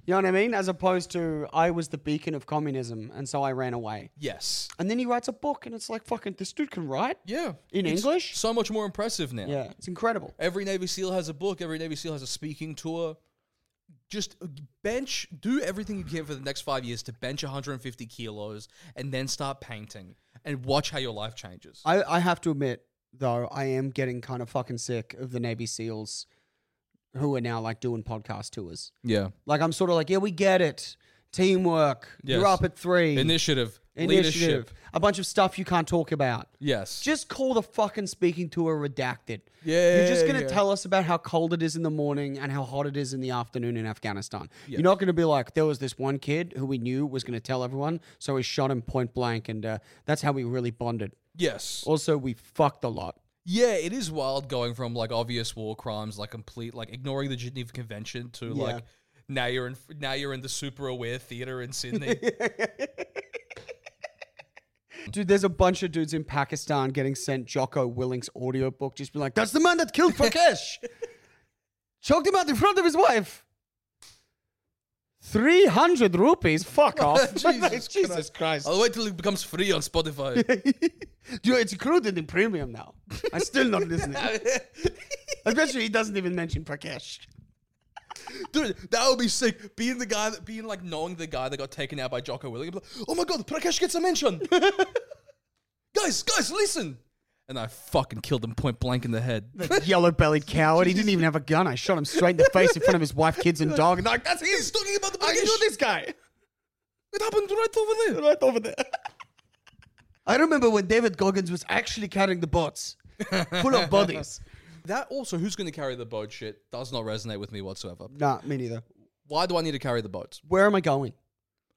C: You know what I mean? As opposed to I was the beacon of communism and so I ran away.
A: yes.
C: And then he writes a book and it's like fucking this dude can write.
A: Yeah.
C: In
A: It's
C: English?
A: So much more impressive now.
C: Yeah, it's incredible.
A: Every Navy SEAL has a book. Every Navy SEAL has a speaking tour. Just uh, bench, do everything you can for the next five years to bench 150 kilos and then start painting and watch how your life changes.
C: I, I have to admit though, I am getting kind of fucking sick of the Navy SEALs who are now like doing podcast tours.
A: yeah.
C: Like I'm sort of like, yeah, we get it. Teamwork. You're
A: Yes.
C: up at three.
A: Initiative.
C: Initiative.
A: Leadership.
C: A bunch of stuff you can't talk about.
A: Yes.
C: Just call the fucking speaking tour redacted.
A: Yeah,
C: You're just gonna
A: yeah.
C: tell us about how cold it is in the morning and how hot it is in the afternoon in Afghanistan. You're not gonna be like, there was this one kid who we knew was gonna tell everyone, so we shot him point blank, and uh, that's how we really bonded.
A: yes.
C: Also, we fucked a lot.
A: Yeah, it is wild going from like obvious war crimes, like complete, like ignoring the Geneva Convention, to like now you're in now you're in the super aware theater in Sydney.
C: Dude, there's a bunch of dudes in Pakistan getting sent Jocko Willink's audiobook, just be like, that's the man that killed Prakash. Choked him out in front of his wife. 300 rupees? Fuck off.
A: Jesus
C: Christ. Oh,
A: I'll wait till it becomes free on Spotify.
C: Dude, it's included in premium now. I'm still not listening. Especially he doesn't even mention Prakash.
A: Dude, that would be sick. Being the guy that being like knowing the guy that got taken out by Jocko Willing. Like, oh my god, Prakash gets a mention. guys, guys, listen. And I fucking killed him point blank in the head.
C: Yellow bellied coward. He didn't even have a gun. I shot him straight in the face in front of his wife, kids, and dog. And like, that's him.
A: He's talking about the
C: I can
A: British.
C: do this guy.
A: It happened right over there.
C: Right over there. I remember when David Goggins was actually carrying the bots full of bodies.
A: That also, who's going to carry the boat shit does not resonate with me whatsoever.
C: nah, me neither.
A: Why do I need to carry the boats?
C: Where am I going?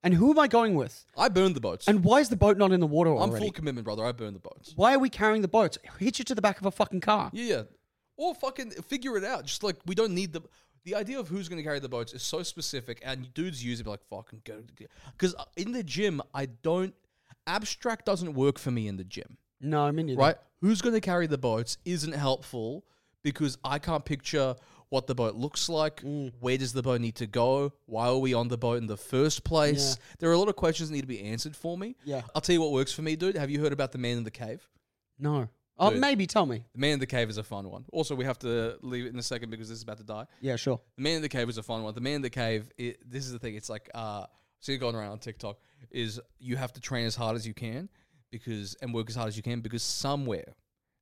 C: And who am I going with?
A: I burned the boats.
C: And why is the boat not in the water
A: I'm
C: already?
A: full commitment, brother. I burned the boats.
C: why are we carrying the boats? Hitch it to the back of a fucking car.
A: Yeah, yeah. Or fucking figure it out. Just like we don't need the the idea of who's going to carry the boats is so specific, and dudes use it be like fucking go. Because uh, in the gym, I don't abstract doesn't work for me in the gym.
C: No, me neither.
A: Right? Who's going to carry the boats isn't helpful because I can't picture what the boat looks like. Where does the boat need to go? Why are we on the boat in the first place? There are a lot of questions that need to be answered for me.
C: Yeah.
A: I'll tell you what works for me, dude. Have you heard about the man in the cave?
C: No. Oh,
A: Dude.
C: maybe. Tell me.
A: The Man in the Cave is a fun one. Also, we have to leave it in a second because this is about to die.
C: Yeah, sure.
A: The Man in the Cave is a fun one. The Man in the Cave, it, this is the thing. It's like, uh, see it going around on TikTok, is you have to train as hard as you can because and work as hard as you can because somewhere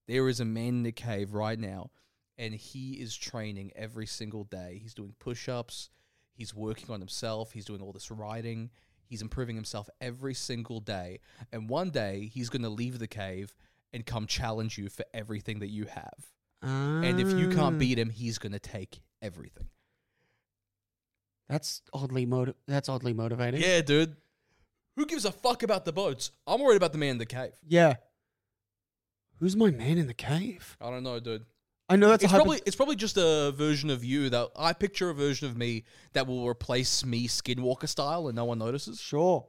A: there is a man in the cave right now and he is training every single day. He's doing push ups, he's working on himself, he's doing all this writing, he's improving himself every single day. And one day he's going to leave the cave and come challenge you for everything that you have. And if you can't
C: Ah.
A: beat him, he's going to take everything.
C: that's oddly motiv- that's oddly motivating.
A: Yeah, dude. Who gives a fuck about the boats? I'm worried about the man in the cave.
C: Yeah. Who's my man in the cave?
A: I don't know, dude.
C: I know that's
A: It's
C: a hypo-
A: probably it's probably just a version of you that I picture a version of me that will replace me Skinwalker style and no one notices.
C: Sure.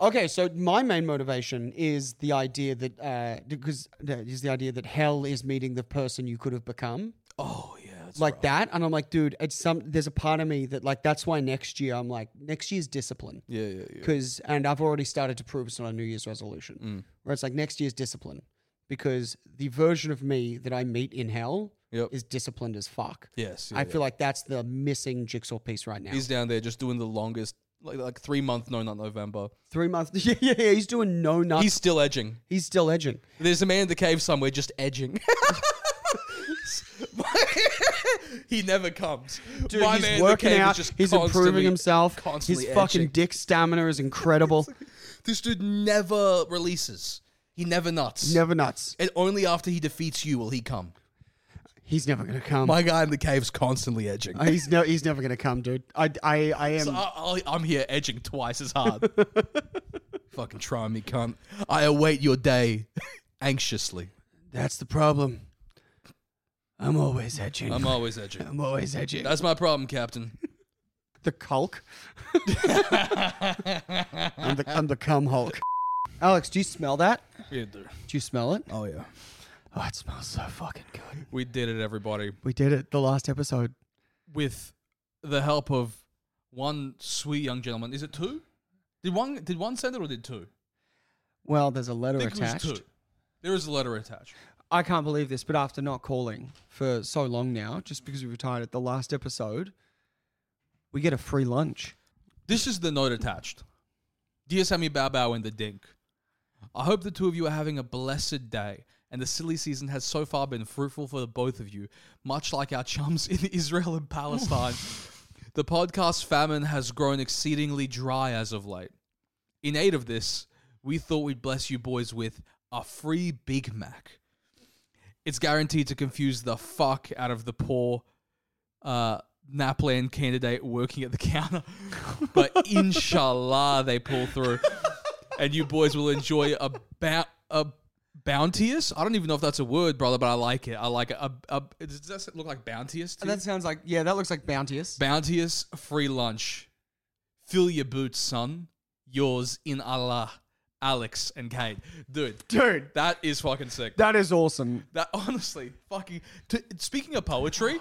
C: Okay, so my main motivation is the idea that uh, because uh, is the idea that hell is meeting the person you could have become,
A: Oh yeah, that's
C: like
A: right.
C: that. And I'm like, dude, it's some. There's a part of me that like that's why next year I'm like next year's discipline
A: Yeah, yeah, yeah. Mm.
C: because and I've already started to prove it's not a New Year's resolution where it's like next year's discipline because the version of me that I meet in hell
A: Yep.
C: is disciplined as fuck.
A: Yes, yeah,
C: I feel like that's the missing jigsaw piece right now.
A: he's down there just doing the longest like, like three month no not November.
E: Three months. Yeah, yeah, yeah. He's doing no
C: Uh,
E: nuts.
A: He's
E: He's,
A: still edging.
E: still edging.
A: There's a man in the cave somewhere just edging. he never comes.
E: Dude,
A: My man
E: he's
A: in the
E: working
A: cave is
E: out.
A: just
E: He's improving
A: constantly-
E: himself. His
A: constantly
E: fucking
A: edging.
E: dick stamina is incredible.
A: This dude never releases. He never nuts.
E: never nuts.
A: And only after he defeats you will he come.
E: He's never gonna come.
A: My guy in the cave's constantly edging.
E: Uh, he's no. He's never gonna come, dude. I. I. I am.
A: So I, I, I'm here edging twice as hard. Fucking try me, cunt. I await your day anxiously.
E: that's the problem. I'm always edging. I'm,
A: I'm always edging.
E: always edging.
A: That's my problem, Captain.
E: the Hulk. I'm the. I'm the cum Hulk. Alex, do you smell that? Do you smell it?
A: Oh, yeah.
E: Oh, it smells so fucking good.
A: We did it, everybody.
E: We did it. The last episode.
A: With the help of one sweet young gentleman. Is it two? Did one did one send it or did two?
E: Well, there's a letter
A: I think it was
E: attached.
A: two. There is a letter attached.
C: I can't believe this, but after not calling for so long now, just because we retired at the last episode, we get a free lunch.
A: This is the note attached. Dear Sammy Bao Bao and the Dink, I hope the two of you are having a blessed day, and the silly season has so far been fruitful for the both of you, much like our chums in Israel and Palestine. the podcast famine has grown exceedingly dry as of late. In aid of this, we thought we'd bless you boys with a free Big Mac. It's guaranteed to confuse the fuck out of the poor uh, Naplan candidate working at the counter. but inshallah, they pull through, and you boys will enjoy a ba- a bounteous. I don't even know if that's a word, brother, but I like it. I like it. A, a, does that look like bounteous? To
C: And
A: you?
C: that sounds like, yeah, that looks like bounteous.
A: Bounteous free lunch. Fill your boots, son. Yours in Allah, Alex and Kate. Dude,
C: Dude,
A: that is fucking sick.
C: that is awesome.
A: That honestly, fucking. T- speaking of poetry,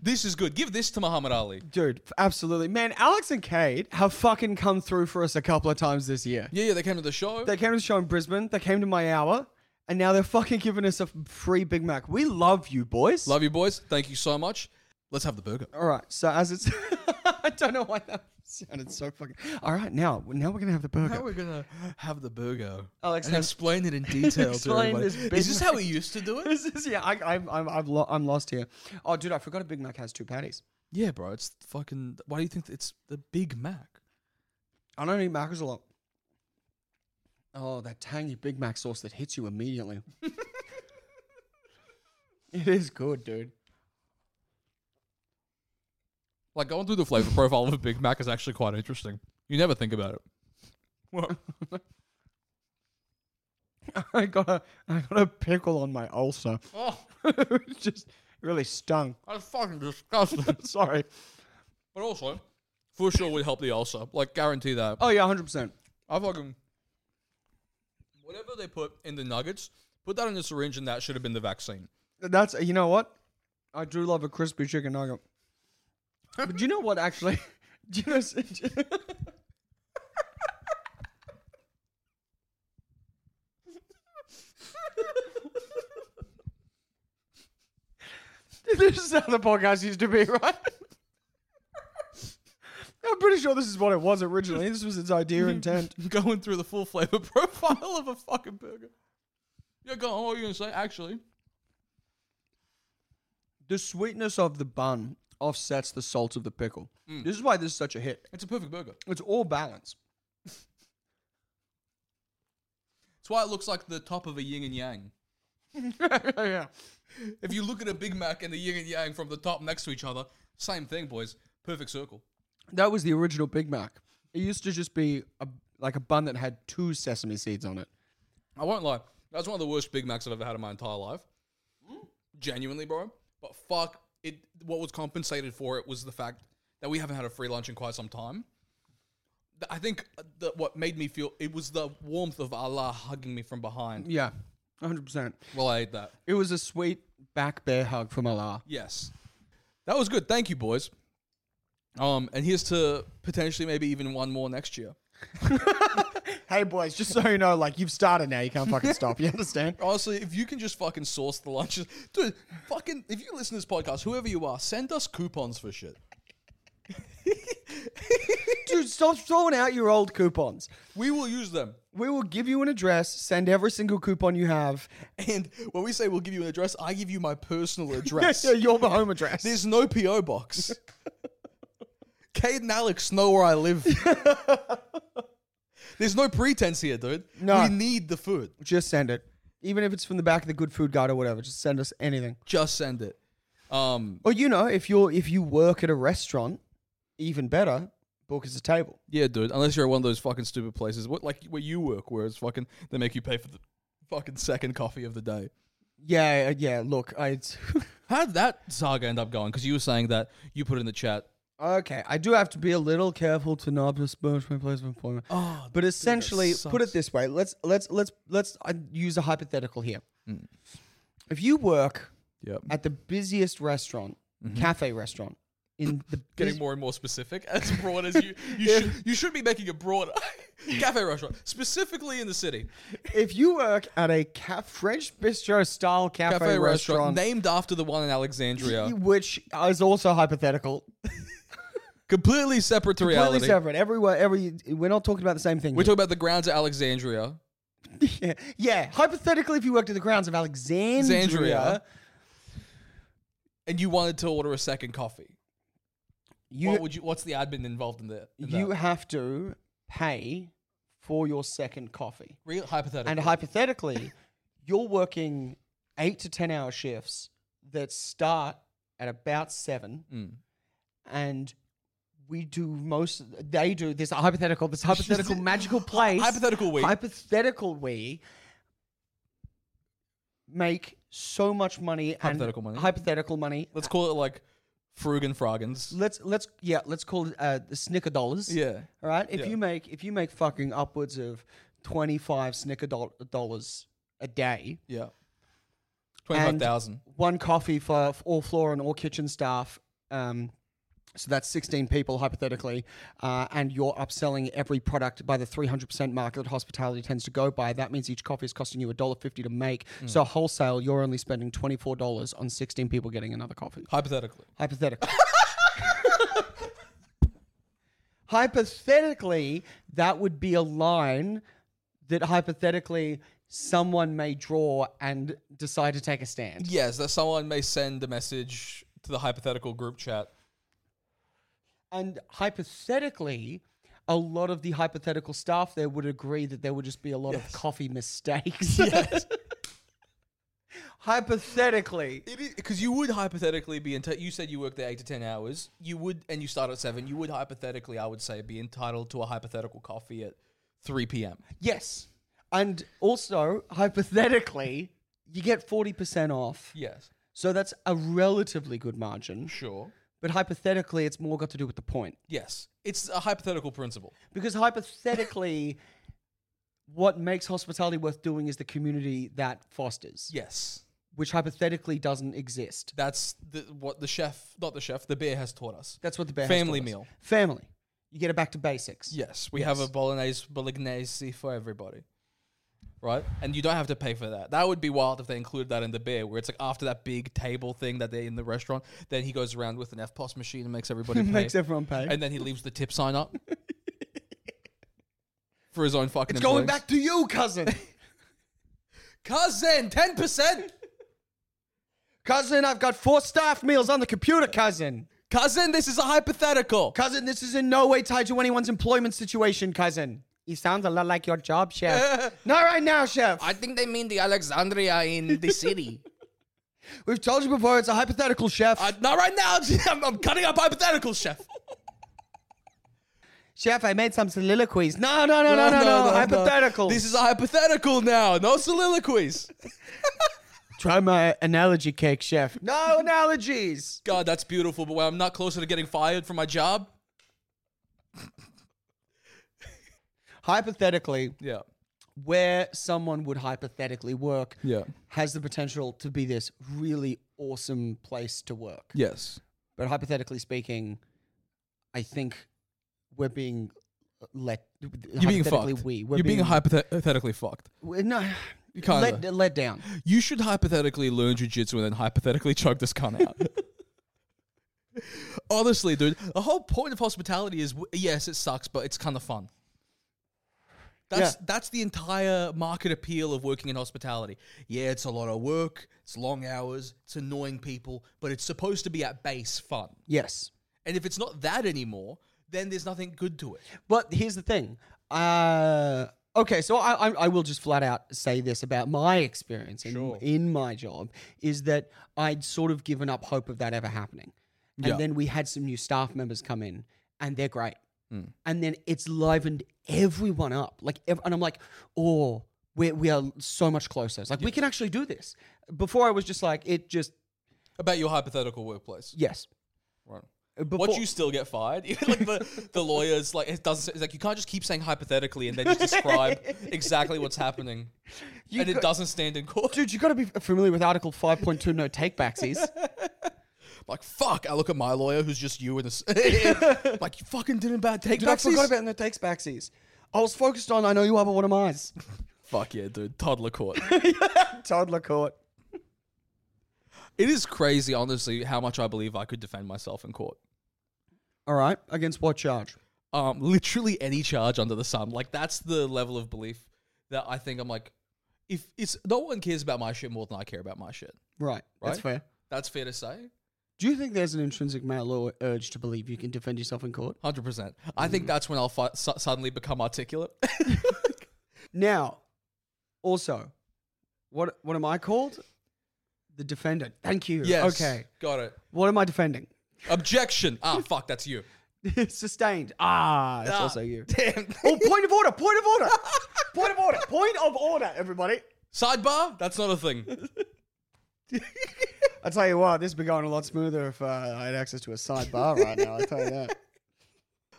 A: this is good. Give this to Muhammad Ali.
C: Dude, absolutely. Man, Alex and Kate have fucking come through for us a couple of times this year.
A: Yeah, yeah, they came to the show.
C: They came to the show in Brisbane, they came to my hour, and now they're fucking giving us a free Big Mac. We love you, boys.
A: Love you, boys. Thank you so much. Let's have the burger.
C: All right, so as it's, I don't know why that sounded so fucking. All right, now now we're gonna have the burger.
A: we're gonna have the burger.
C: Alex,
A: and
C: have-
A: explain it in detail to
C: Explain
A: everybody.
C: this Big
A: is this how we used to do it?
C: This is yeah. I, I'm I'm I've lo- I'm lost here. Oh, dude, I forgot a Big Mac has two patties.
A: Yeah, bro. It's fucking. Why do you think it's the Big Mac?
C: I don't eat Macca's a lot. Oh, that tangy Big Mac sauce that hits you immediately. it is good, dude.
A: Like going through the flavor profile of a Big Mac is actually quite interesting. You never think about it. Well,
C: I got a I got a pickle on my ulcer.
A: oh,
C: it just really stung.
A: that's fucking disgusting.
C: Sorry.
A: but also, for sure would help the ulcer. Like guarantee that.
C: Oh yeah, hundred percent.
A: I fucking whatever they put in the nuggets, put that in the syringe, and that should have been the vaccine.
C: That's you know what? I do love a crispy chicken nugget. But do you know what actually? Do you know? this is how the podcast used to be, right? I'm pretty sure this is what it was originally. This was its idea intent.
A: going through the full flavor profile of a fucking burger. Yeah, go on. What were you gonna say? Actually,
C: The sweetness of the bun offsets the salt of the pickle. This is why this is such a hit.
A: it's a perfect burger.
C: It's all balance.
A: It's why it looks like the top of a yin and yang.
C: yeah.
A: If you look at a Big Mac and the yin and yang from the top next to each other, same thing, boys. Perfect circle.
C: That was the original Big Mac. It used to just be a, like a bun that had two sesame seeds on it.
A: I won't lie. That's one of the worst Big Macs I've ever had in my entire life. Genuinely, bro. But fuck it. What was compensated for it was the fact that we haven't had a free lunch in quite some time. Th- I think uh, that what made me feel it was the warmth of Allah hugging me from behind.
C: Yeah, 100%.
A: Well, I ate that.
C: It was a sweet back bear hug from Allah.
A: Yes. That was good. Thank you, boys. Um, and here's to potentially maybe even one more next year.
C: Hey, boys, just so you know, like, you've started now. You can't fucking stop. You understand?
A: Honestly, if you can just fucking source the lunches, dude, fucking, if you listen to this podcast, whoever you are, send us coupons for shit.
C: Dude, stop throwing out your old coupons.
A: We will use them.
C: We will give you an address, send every single coupon you have.
A: And when we say we'll give you an address, I give you my personal
C: Yes,
A: address.
C: your home address.
A: There's no PO box. Cade and Alex know where I live. There's no pretense here, dude.
C: No.
A: We need the food.
C: Just send it. Even if it's from the back of the good food guide or whatever, just send us anything.
A: Just send it. Um,
C: Or you know, if you're if you work at a restaurant, even better, book us a table.
A: yeah, dude. Unless you're at one of those fucking stupid places, what like where you work, where it's fucking they make you pay for the fucking second coffee of the day.
C: Yeah, uh, yeah. Look, I
A: How did that saga end up going? Because you were saying that you put in the chat.
C: okay. I do have to be a little careful to not besmirch my place of employment.
A: Oh,
C: but essentially, put
A: sucks.
C: it this way: let's let's let's let's uh, use a hypothetical here.
A: Mm.
C: If you work
A: Yep.
C: at the busiest restaurant, cafe restaurant in
A: Mm-hmm.
C: the
A: Getting
C: bus-
A: more and more specific, as broad as you you should you should be making it broader. Cafe restaurant, specifically in the city.
C: if you work at a ca- French bistro style cafe,
A: cafe restaurant,
C: restaurant,
A: named after the one in Alexandria.
C: which is also hypothetical,
A: completely separate to
C: completely
A: reality.
C: separate. Everywhere, every we're not talking about the same thing.
A: We're
C: here.
A: talking about the grounds at Alexandria.
C: yeah, yeah. Hypothetically, if you worked at the grounds of Alexandria,
A: Alexandria. And you wanted to order a second coffee.
C: you
A: what would you what's the admin involved in there? in
C: you
A: that?
C: have to pay for your second coffee.
A: real hypothetical.
C: And hypothetically, you're working eight to 10 hour shifts that start at about seven.
A: Mm.
C: And we do most, they do this hypothetical, this hypothetical magical place.
A: Hypothetical we.
C: Hypothetical we make so much money. and-
A: Hypothetical money.
C: Hypothetical money.
A: Let's call it like Frugan Frogans.
C: Let's, let's, yeah, let's call it uh, the snicker dollars.
A: Yeah.
C: All right. If
A: Yeah.
C: you make if you make fucking upwards of twenty five snicker doll- dollars a day,
A: Yeah. Twenty five thousand.
C: one coffee for, for all floor and all kitchen staff. Um, so that's sixteen people hypothetically, uh, and you're upselling every product by the three hundred percent mark that hospitality tends to go by. That means each coffee is costing you a dollar fifty to make.
A: Mm.
C: So wholesale, you're only spending twenty four dollars on sixteen people getting another coffee.
A: Hypothetically.
C: Hypothetically. hypothetically, that would be a line that hypothetically someone may draw and decide to take a stand.
A: Yes, that someone may send a message to the hypothetical group chat.
C: And hypothetically, a lot of the hypothetical staff there would agree that there would just be a lot of coffee mistakes.
A: Yes.
C: hypothetically.
A: It is because you would hypothetically be entitled. You said you work there eight to ten hours. You would, and you start at seven. You would hypothetically, I would say, be entitled to a hypothetical coffee at three p.m.
C: Yes. And also, hypothetically, you get 40% off.
A: Yes,
C: So that's a relatively good margin.
A: sure.
C: But hypothetically, it's more got to do with the point.
A: Yes, it's a hypothetical principle.
C: Because hypothetically, what makes hospitality worth doing is the community that fosters,
A: Yes,
C: which hypothetically doesn't exist.
A: that's the, what the chef, not the chef, the beer has taught us.
C: That's what the bear has
A: Family
C: taught us.
A: meal.
C: Family. You get it back to basics.
A: Yes, we have a bolognese bolognese for everybody. Right? And you don't have to pay for that. That would be wild if they included that in the beer, where it's like after that big table thing that they in the restaurant, then he goes around with an F POS machine and makes everybody pay.
C: Makes everyone pay.
A: and then he leaves the tip sign up for his own fucking.
C: it's going
A: employees.
C: back to you, cousin.
A: cousin. Ten percent,
C: cousin, I've got four staff meals on the computer, cousin.
A: cousin. This is a hypothetical.
C: Cousin, this is in no way tied to anyone's employment situation, cousin. He sounds a lot like your job, chef. Not right now, chef.
A: I think they mean the Alexandria in the city.
C: We've told you before, it's a hypothetical, chef.
A: Uh, not right now. I'm, I'm cutting up hypotheticals, chef.
C: chef, I made some soliloquies. No, no, no, no, no, no. hypothetical.
A: This is a hypothetical now. No soliloquies.
C: Try my analogy cake, chef. No analogies.
A: God, that's beautiful. But when I'm not closer to getting fired from my job,
C: Hypothetically,
A: yeah,
C: where someone would hypothetically work
A: yeah,
C: has the potential to be this really awesome place to work.
A: yes,
C: But hypothetically speaking, I think we're being let.
A: you're being
C: hypothetically
A: fucked.
C: We, we're
A: you're being, hypothetically fucked.
C: we're- no,
A: Kinda.
C: let, let down.
A: You should hypothetically learn jujitsu and then hypothetically choke this cunt out. Honestly, dude, the whole point of hospitality is w- yes, it sucks, but it's kind of fun. That's that's the entire market appeal of working in hospitality. Yeah, it's a lot of work, it's long hours, it's annoying people, but it's supposed to be at base fun.
C: Yes.
A: And if it's not that anymore, then there's nothing good to it.
C: But
D: Here's the thing. Uh, okay, so I, I I will just flat out say this about my experience in,
A: Sure.
D: in my job is that I'd sort of given up hope of that ever happening, and
A: Yeah.
D: then we had some new staff members come in, and they're great,
A: Hmm.
D: and then it's livened everyone up, like, ev- and I'm like, oh, we we are so much closer. It's like we can actually do this. Before I was just like, it just
A: About your hypothetical workplace,
D: yes.
A: right?
D: Before,
A: What you still get fired? like the, the lawyers, like it doesn't. It's like you can't just keep saying hypothetically and then just describe exactly what's happening, and it
D: got-
A: doesn't stand in court.
D: dude, you got to be familiar with Article 5.2 no take backsies.
A: Like fuck, I look at my lawyer who's just you in this. like you fucking didn't bad take
D: Dude, I
A: back.
D: forgot about no takes backsies. I was focused on I know you are, but what am I's?
A: Fuck yeah, dude. Toddler court.
D: Toddler court.
A: it is crazy, honestly, how much I believe I could defend myself in court.
C: all right, against what charge?
A: um, literally any charge under the sun. Like that's the level of belief that I think I'm like, if it's no one cares about my shit more than I care about my shit.
C: Right, that's
A: Right?
C: fair.
A: That's fair to say,
C: Do you think there's an intrinsic male or urge to believe you can defend yourself in court?
A: hundred percent. I think that's when I'll fi- su- suddenly become articulate.
C: Now, also, what what am I called? The defendant. Thank you.
A: yes.
C: Okay.
A: Got it.
C: What am I defending?
A: Objection. Ah, fuck. That's you.
C: Sustained. Ah, that's
A: Ah,
C: also you.
A: Damn.
C: Oh, point of order. Point of order. point of order. Point of order. Everybody.
A: Sidebar. That's not a thing.
C: I tell you what, this would be going a lot smoother if uh, I had access to a sidebar right now. I tell you that.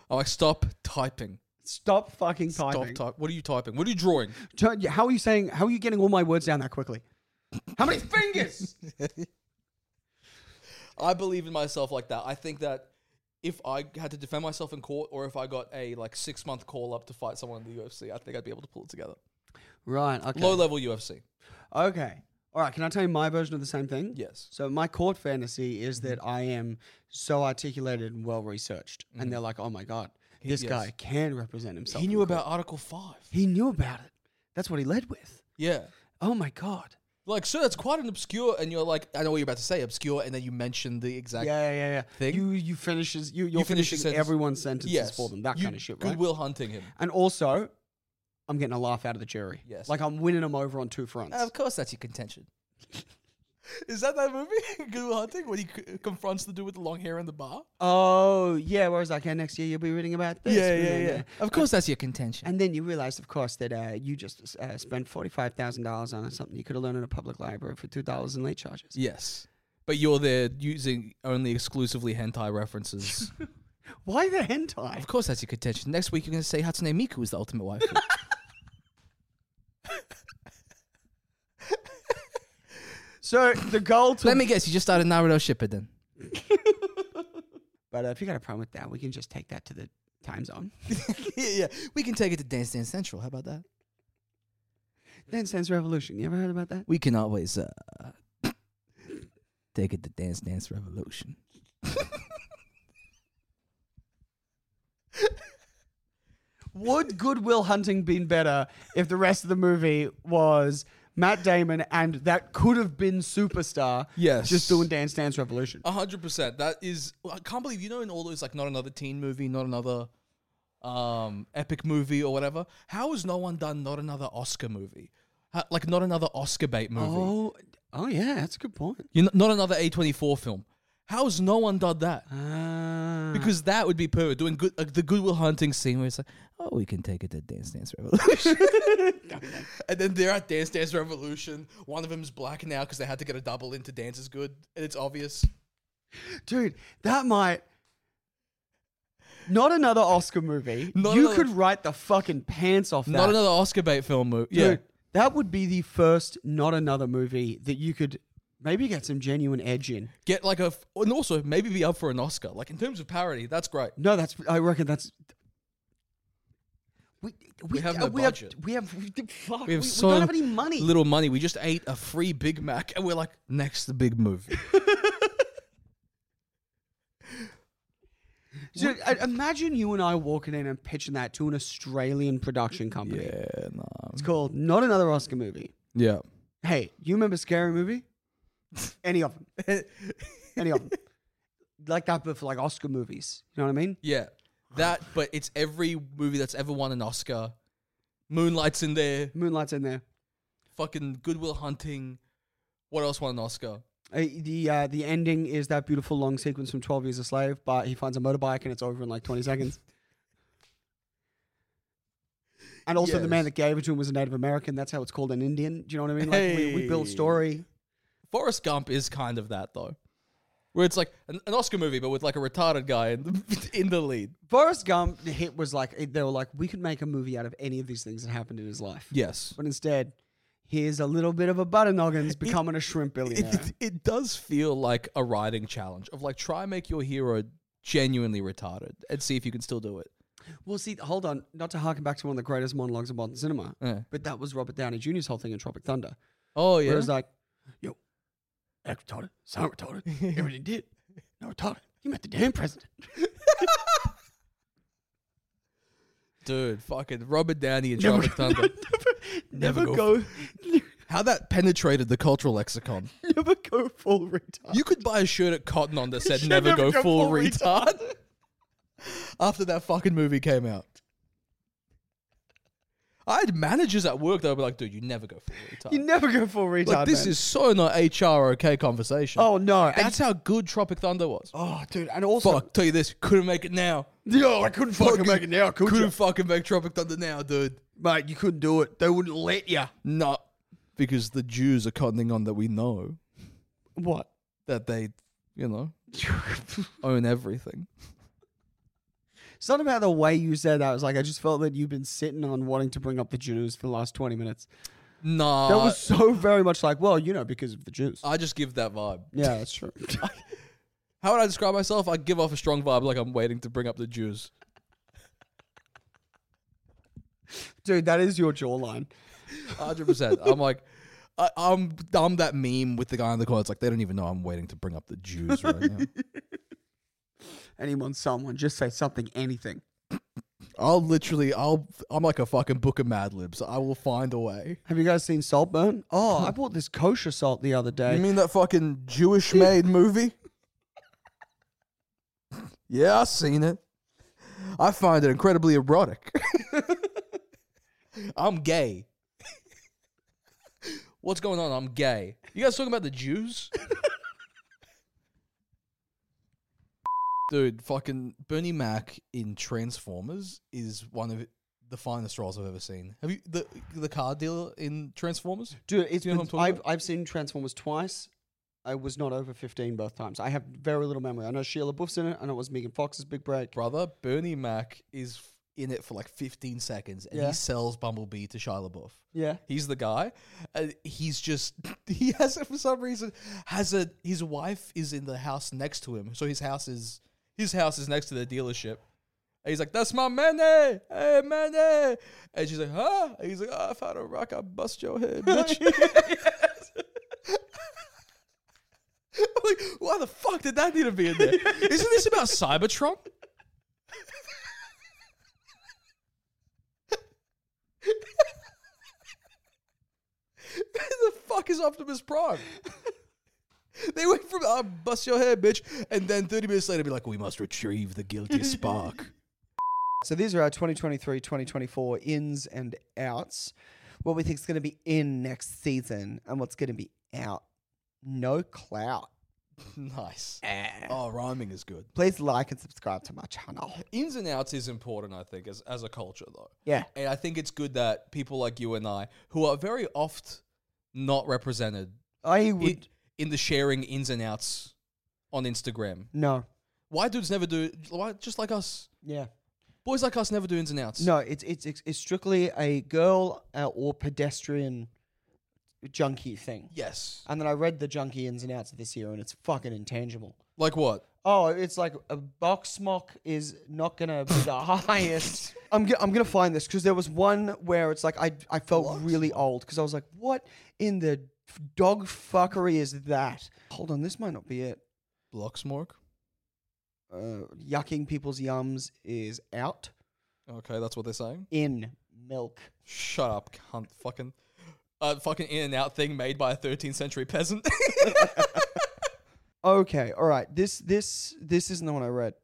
A: I'm like, stop typing.
C: Stop fucking
A: Stop
C: typing.
A: type. What are you typing? What are you drawing?
C: Turn- how are you saying? How are you getting all my words down that quickly? How many fingers?
A: I believe in myself like that. I think that if I had to defend myself in court or if I got a like six month call up to fight someone in the UFC, I think I'd be able to pull it together.
C: right. Okay.
A: Low level UFC.
C: Okay. All right. Can I tell you my version of the same thing?
A: Yes.
C: So my court fantasy is that I am so articulated and well researched, and they're like, "Oh my god, this
A: Mm-hmm. yes.
C: guy can represent himself."
A: He
C: in
A: knew
C: court."
A: about Article 5.
C: He knew about it. That's what he led with.
A: Yeah.
C: Oh my god.
A: Like, sir, that's quite an obscure, and you're like, I know what you're about to say, obscure, and then you mention the exact.
C: Yeah, yeah, yeah. yeah.
A: Thing?
C: You you finishes you you're
A: finish
C: finishing
A: your sentence.
C: everyone's sentences
A: Yes.
C: for them. That
A: You
C: kind of shit, right?
A: Goodwill hunting him.
C: And also, I'm getting a laugh out of the jury.
A: Yes.
C: Like I'm winning them over on two fronts.
A: Of course, that's your contention. Is that that movie, Goodwill Hunting, when he c- confronts the dude with the long hair in the bar?
C: oh yeah. Whereas like, "And next year you'll be reading about this.
A: Of course, that's your contention.
C: And then you realize, of course, that uh, you just uh, spent forty-five thousand dollars on something you could have learned in a public library for two dollars in late charges.
A: Yes. But you're there using only exclusively hentai references.
C: Why the hentai?
A: of course, that's your contention. Next week, you're going to say Hatsune Miku is the ultimate wife.
C: So the goal to.
A: Let me guess, you just started Naruto Shippuden.
C: but uh, if you got a problem with that, we can just take that to the time zone.
A: yeah, yeah. We can take it to Dance Dance Central. How about that?
C: Then Sense Revolution. You ever heard about that?
A: We can always uh, take it to Dance Dance Revolution.
C: Would Goodwill Hunting been better if the rest of the movie was Matt Damon and that could have been superstar?
A: Yes.
C: just doing Dance Dance Revolution.
A: A hundred percent. That is. I can't believe you know in all those like not another teen movie, not another um epic movie or whatever. How has no one done not another Oscar movie? Ha like not another Oscar bait movie.
C: Oh, oh yeah, that's a good point.
A: You know, not another A twenty four film. How has no one done that?
C: Ah.
A: Because that would be perfect. Doing good, like the Goodwill Hunting scene where it's like, oh, we can take it to Dance Dance Revolution. and then they're at Dance Dance Revolution. One of them's black now because they had to get a double into Dance is Good. And it's obvious.
C: Dude, that might. Not another Oscar movie.
A: Not
C: you
A: another-
C: could write the fucking pants off that.
A: Not another Oscar bait film movie.
C: Dude,
A: Yeah.
C: that would be the first not another movie that you could maybe get some genuine edge in.
A: Get like a. f- And also, maybe be up for an Oscar. Like in terms of parody, that's great.
C: No, that's. I reckon that's. We, we,
A: We have
C: uh,
A: no
C: we
A: budget.
C: Have, we have. We, fuck,
A: We
C: we,
A: have
C: we
A: so
C: don't have any money.
A: little money. We just ate a free Big Mac and we're like, next the big movie.
C: So, I- imagine you and I walking in and pitching that to an Australian production company.
A: Yeah, nah.
C: It's called Not Another Oscar Movie.
A: Yeah.
C: Hey, you remember Scary Movie? Any of them. Any of them. Like that, but for like Oscar movies. You know what I mean?
A: Yeah. That, but it's every movie that's ever won an Oscar. Moonlight's in there.
C: Moonlight's in there.
A: Fucking Goodwill Hunting. What else won an Oscar?
C: Uh, the uh, the ending is that beautiful long sequence from Twelve Years a Slave, but he finds a motorbike and it's over in like twenty seconds. And also, the man
A: Yes.
C: that gave it to him was a Native American. That's how it's called in Indian. Do you know what I mean? Like we, we build
A: Hey.
C: story.
A: Forrest Gump is kind of that though, where it's like an, an Oscar movie but with like a retarded guy in the, in the lead.
C: Forrest Gump the hit was like they were like we could make a movie out of any of these things that happened in his life.
A: Yes,
C: But instead, here's a little bit of a butter noggins becoming a shrimp
A: it,
C: billionaire.
A: it, it does feel like a writing challenge of like try and make your hero genuinely retarded and see if you can still do it.
C: Well, see, hold on. Not to harken back to one of the greatest monologues of modern cinema,
A: Yeah.
C: but that was Robert Downey Jr.'s whole thing in Tropic Thunder.
A: Oh
C: Where
A: yeah,
C: it was like, yo, act retarded, sound retarded, everything did. No retarded. You met the damn president.
A: dude, fucking Robert Downey and Tropic Thunder.
C: never,
A: Never
C: go,
A: How that penetrated the cultural lexicon.
C: never go full retard.
A: You could buy a shirt at Cotton on that said "Never, go, full, retard." After that fucking movie came out, I had managers at work that would be like, "Dude, you never go full retard."
C: You never go full retard.
A: like this
C: man.
A: is so not HR okay conversation.
C: Oh no! And,
A: that's how good Tropic Thunder was.
C: oh, dude, and also,
A: Fuck, tell you this, couldn't make it now.
C: yo, I couldn't fucking, make it now, could
A: Couldn't
C: you?
A: fucking make Tropic Thunder now, dude.
C: Mate, you couldn't do it. They wouldn't let you.
A: Not because the Jews are cottoning on that we know
C: What?
A: that they, you know, own everything.
C: Something about the way you said that was like I just felt that you've been sitting on wanting to bring up the Jews for the last twenty minutes.
A: Nah,
C: That was so very much like, well, you know, because of the Jews.
A: I just give that vibe.
C: yeah, that's true.
A: How would I describe myself? I give off a strong vibe, like I'm waiting to bring up the Jews.
C: Dude, that is your jawline.
A: Hundred percent. I'm like, I, I'm I'm that meme with the guy in the corner. It's like they don't even know I'm waiting to bring up the Jews right now.
C: Anyone, someone, just say something, anything.
A: I'll literally, I'll, I'm like a fucking book of Mad Libs. I will find a way.
C: Have you guys seen Saltburn? Oh, I bought this kosher salt the other day.
A: You
D: Mm-hmm.
A: mean that fucking Jewish made movie? yeah, I seen it. I find it incredibly erotic. I'm gay. What's going on? I'm gay. You guys talking about the Jews? Dude, fucking Bernie Mac in Transformers is one of the finest roles I've ever seen. Have you the the car dealer in Transformers?
C: Dude, it's
A: Do you know
C: been-
A: what I'm talking
C: I've, I've seen Transformers twice. I was not over 15 both times. I have very little memory. I know Sheila Buff's in it. I know it was Megan Fox's big break.
A: brother, Bernie Mac is f- in it for like 15 seconds and
C: Yeah.
A: he sells Bumblebee to Shia LaBeouf.
C: Yeah.
A: He's the guy. And he's just, he has it for some reason, has a, his wife is in the house next to him. So his house is, his house is next to the dealership. And he's like, that's my money. Hey, money. And she's like, huh? And he's like, oh, if I don't rock, I'll bust your head, bitch. I'm like, why the fuck did that need to be in there? Isn't this about Cybertron? Who the fuck is Optimus Prime? They went from "I'll bust your head, bitch," and then 30 minutes later, be like, "We must retrieve the guilty spark."
D: So these are our 2023 2024 ins and outs. What we think is going to be in next season and what's going to be out. No clout.
A: nice. Oh, rhyming is good.
D: Please like and subscribe to my channel.
A: Ins and outs is important, I think, as as a culture though.
D: Yeah.
A: And I think it's good that people like you and I, who are very oft not represented
D: I would.
A: in, in the sharing ins and outs on Instagram,
D: no.
A: why dudes never do? Why just like us,
D: Yeah.
A: boys like us never do ins and outs.
D: No, it's it's it's it's strictly a girl uh, or pedestrian junkie thing.
A: Yes.
D: And then I read the junkie ins and outs of this year, and it's fucking intangible.
A: Like what?
D: Oh, it's like a box mock is not gonna be the highest. I'm, g- I'm gonna find this because there was one where it's like I I felt really old because I was like, what in the f- dog fuckery is that? Hold on, this might not be it.
A: Blocksmork.
C: uh, yucking people's yums is out
A: Okay, that's what they're saying.
C: in milk.
A: Shut up, cunt. Fucking, uh, fucking in and out thing made by a 13th century peasant.
C: Okay, all right. This this this isn't the one I read.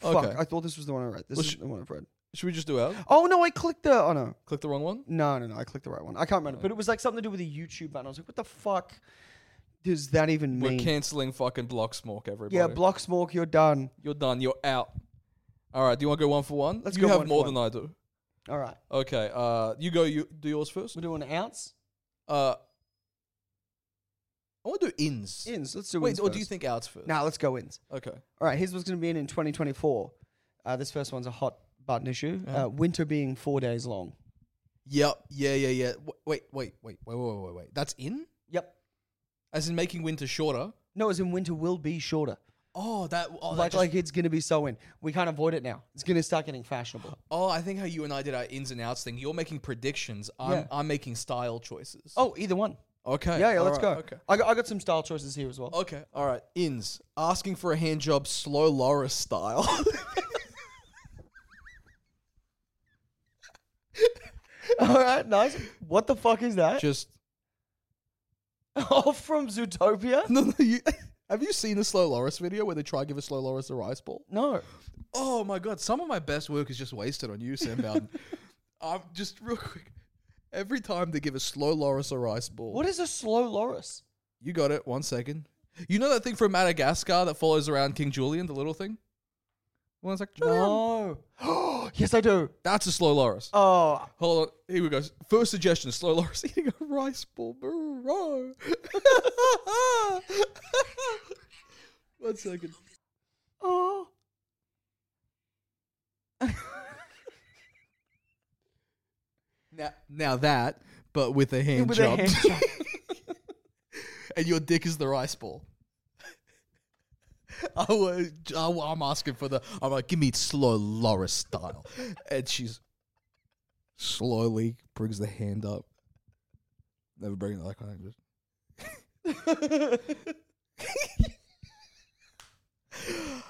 C: Fuck,
A: Okay.
C: I thought this was the one I read. This
A: Well,
C: is
A: sh-
C: the one I've read.
A: Should we just do out?
C: Oh no, I clicked the. Oh no,
A: Click the wrong one.
C: no, no, no. I clicked the right one. I can't remember, but it was like something to do with a YouTube ban. I was like, what the fuck does that even
A: We're
C: mean?
A: canceling fucking block smoke, everybody.
C: yeah, block smoke. You're done.
A: You're done. You're out. All right. Do you want to go one for one?
C: Let's
A: you
C: go
A: have
C: one for
A: more
C: one.
A: than I do.
C: All right,
A: Okay. Uh, you go. You do yours first.
C: we're doing an ounce.
A: Uh, I want to do ins.
C: Ins. Let's do.
A: Wait,
C: ins
A: or do you
C: first.
A: think outs first?
C: Nah, let's go ins.
A: Okay.
C: All right, here's what's going to be in in 2024. Uh, this first one's a hot button issue.
A: Yeah.
C: Uh, winter being four days long.
A: Yep. Yeah. Yeah. Yeah. W- Wait. Wait. Wait. Wait. Wait. Wait. Wait. Wait. That's in.
C: Yep.
A: As in making winter shorter.
C: No, as in winter will be shorter.
A: Oh, that. Oh, that
C: like,
A: just-
C: like it's going to be so in. We can't avoid it now. It's going to start getting fashionable.
A: oh, I think how you and I did our ins and outs thing. You're making predictions. I'm,
C: Yeah.
A: I'm making style choices.
C: Oh, either one.
A: Okay.
C: Yeah, yeah,
A: all
C: let's
A: right,
C: go.
A: Okay. Oh.
C: I, got, I got some style choices here as well.
A: Okay, all right. Ins asking for a hand job, slow Laura style.
C: All right, nice. What the fuck is that?
A: Just
C: oh, from Zootopia?
A: no, no. You, have you seen the slow Loris video where they try to give a slow Loris a rice ball?
C: No.
A: Oh my god! Some of my best work is just wasted on you, Sam Bowden. I'm just real quick. Every time they give a slow Loris a rice ball,
C: What is a slow loris?
A: you got it. One second. You know that thing from Madagascar that follows around King Julian, the little thing. Well, it's like "Julian."
C: No. yes, I do.
A: That's a slow Loris.
C: Oh,
A: Hold on. Here we go. First suggestion: slow Loris eating a rice ball, bro. One second.
C: oh.
A: Now, now that, but with a hand
C: With a
A: job,
C: hand job.
A: and your dick is the rice ball. I was, I, wa- I'm asking for the. I'm like, give me slow Loris style, and she's slowly brings the hand up. Never bring it like that. Just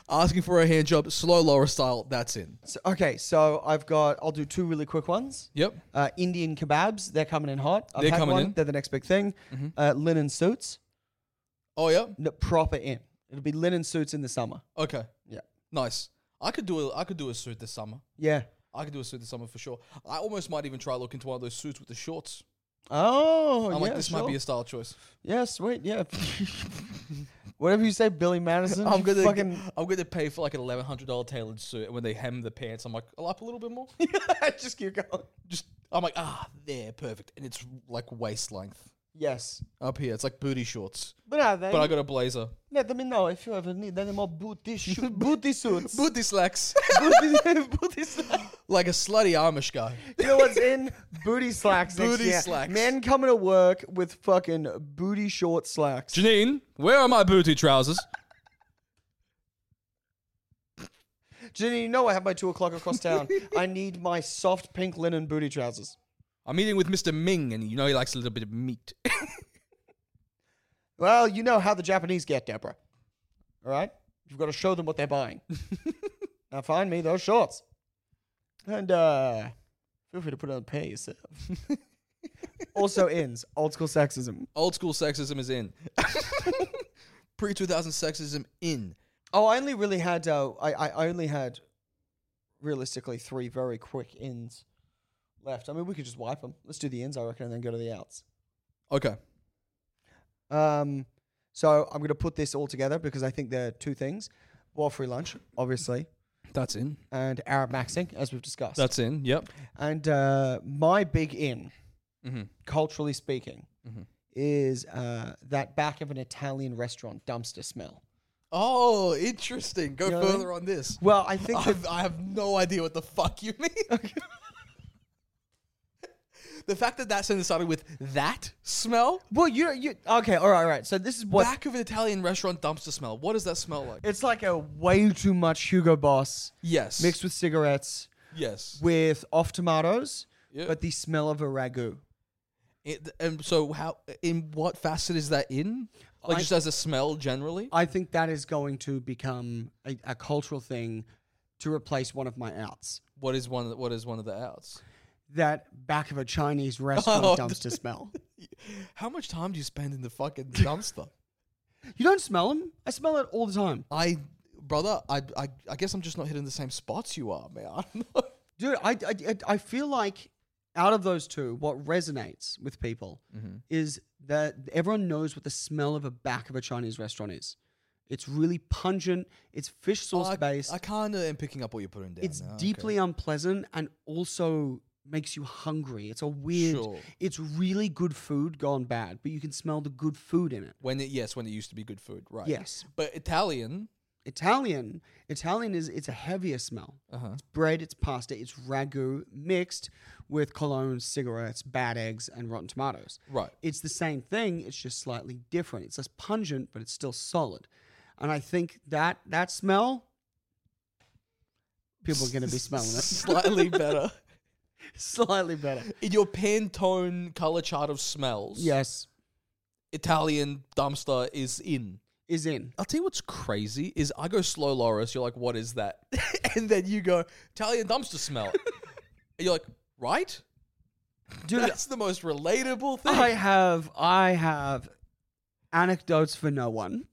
A: asking for a hand job, slow Loris style. That's in.
C: So- okay, so I've got, I'll do two really quick ones.
A: Yep.
C: Uh, Indian kebabs, they're coming in hot. I've
A: They're
C: had
A: coming
C: one.
A: in. Mm-hmm.
C: They're the next big thing. Uh, linen suits,
A: Oh yeah.
C: no, proper in. It'll be linen suits in the summer.
A: Okay.
C: Yeah.
A: Nice. I could do a, I could do a suit this summer.
C: Yeah.
A: I could do a suit this summer for sure. I almost might even try look into one of those suits with the shorts.
C: Oh,
A: I'm
C: yeah,
A: like, this might
C: sure.
A: be a style choice.
C: Yeah, sweet. Yeah. Whatever you say, Billy Madison.
A: I'm gonna
C: fucking
A: I'm gonna pay for like an eleven hundred dollar tailored suit, and when they hem the pants, I'm like, I'll up a little bit more.
C: just keep going.
A: Just I'm like, ah, there, perfect, and it's like waist length
C: Yes,
A: up here. It's like booty shorts,
C: but are they?
A: but I got a blazer,
C: Let me know if you ever need any more booty sho- booty suits.
A: booty slacks,
C: booty, booty slacks.
A: like a slutty Amish guy.
C: You know what's in booty slacks? next
A: Booty
C: year.
A: slacks.
C: Men coming to work with fucking booty short slacks.
A: Janine, where are my booty trousers?
C: Jenny, you know I have my two o'clock across town. I need my soft pink linen booty trousers.
A: I'm eating with Mr. Ming, and you know he likes a little bit of meat.
C: Well, you know how the Japanese get, Deborah. All right? You've got to show them what they're buying. now find me those shorts. And uh feel free to put it on pay yourself. also ends old school sexism.
A: Old school sexism is in. Pre 2000 sexism in.
C: Oh, I only really had uh I, I I only had realistically three very quick ends left. I mean we could just wipe them. Let's do the ends, I reckon, and then go to the outs.
A: Okay.
C: Um, so I'm going to put this all together because I think they're two things: war free lunch, obviously,
A: That's in.
C: and Arab maxing, as we've discussed.
A: That's in. Yep.
C: and uh, my big in,
A: Mm-hmm.
C: culturally speaking,
A: Mhm.
C: is uh, that back of an Italian restaurant dumpster smell.
A: Oh, interesting. Go
C: You know what I
A: further on this.
C: Well, I think that,
A: I've, I have no idea what the fuck you mean. the fact that that sentence started with that smell,
C: well, you you okay? All right, all right. So this is what
A: back of an Italian restaurant dumpster smell. What does that smell like?
C: it's like a way too much Hugo Boss
A: yes.
C: mixed with cigarettes
A: Yes.
C: with off tomatoes,
A: Yeah.
C: but the smell of a ragu.
A: It- and so, how? In what facet is that in? Like
C: I-
A: just as a smell generally.
C: I think that is going to become a, a cultural thing to replace one of my outs.
A: What is one? What is one of the outs?
C: That back of a Chinese restaurant
A: Oh.
C: dumpster smell.
A: How much time do you spend in the fucking dumpster?
C: You don't smell them. I smell it all the time,
A: I, brother, I, I, I guess I'm just not hitting the same spots you are, man. I don't know.
C: dude. I I, I- I feel like out of those two, what resonates with people
A: Mm-hmm.
C: is that everyone knows what the smell of a back of a Chinese restaurant is. It's really pungent. It's fish sauce
A: Oh, I,
C: based.
A: I kind of am picking up what you're putting down.
C: it's
A: now, okay.
C: deeply unpleasant and also makes you hungry. It's a weird.
A: Sure.
C: It's really good food gone bad, but you can smell the good food in it.
A: when it yes when it used to be good food, right?
C: Yes,
A: but Italian.
C: Italian. Italian is it's a heavier smell.
A: Uh-huh.
C: It's bread, it's pasta, it's ragu mixed with cologne, cigarettes, bad eggs, and rotten tomatoes.
A: Right.
C: It's the same thing. It's just slightly different. It's less pungent, but it's still solid. And I think that that smell, people are going to be smelling it
A: slightly better.
C: slightly better.
A: In your Pantone color chart of smells,
C: Yes,
A: Italian dumpster is in.
C: is in.
A: I'll tell you what's crazy is I go slow Loris, you're like, what is that? and then you go, Italian dumpster smell. and you're like, right?
C: Dude,
A: That's the most relatable thing.
C: I have I have anecdotes for no one.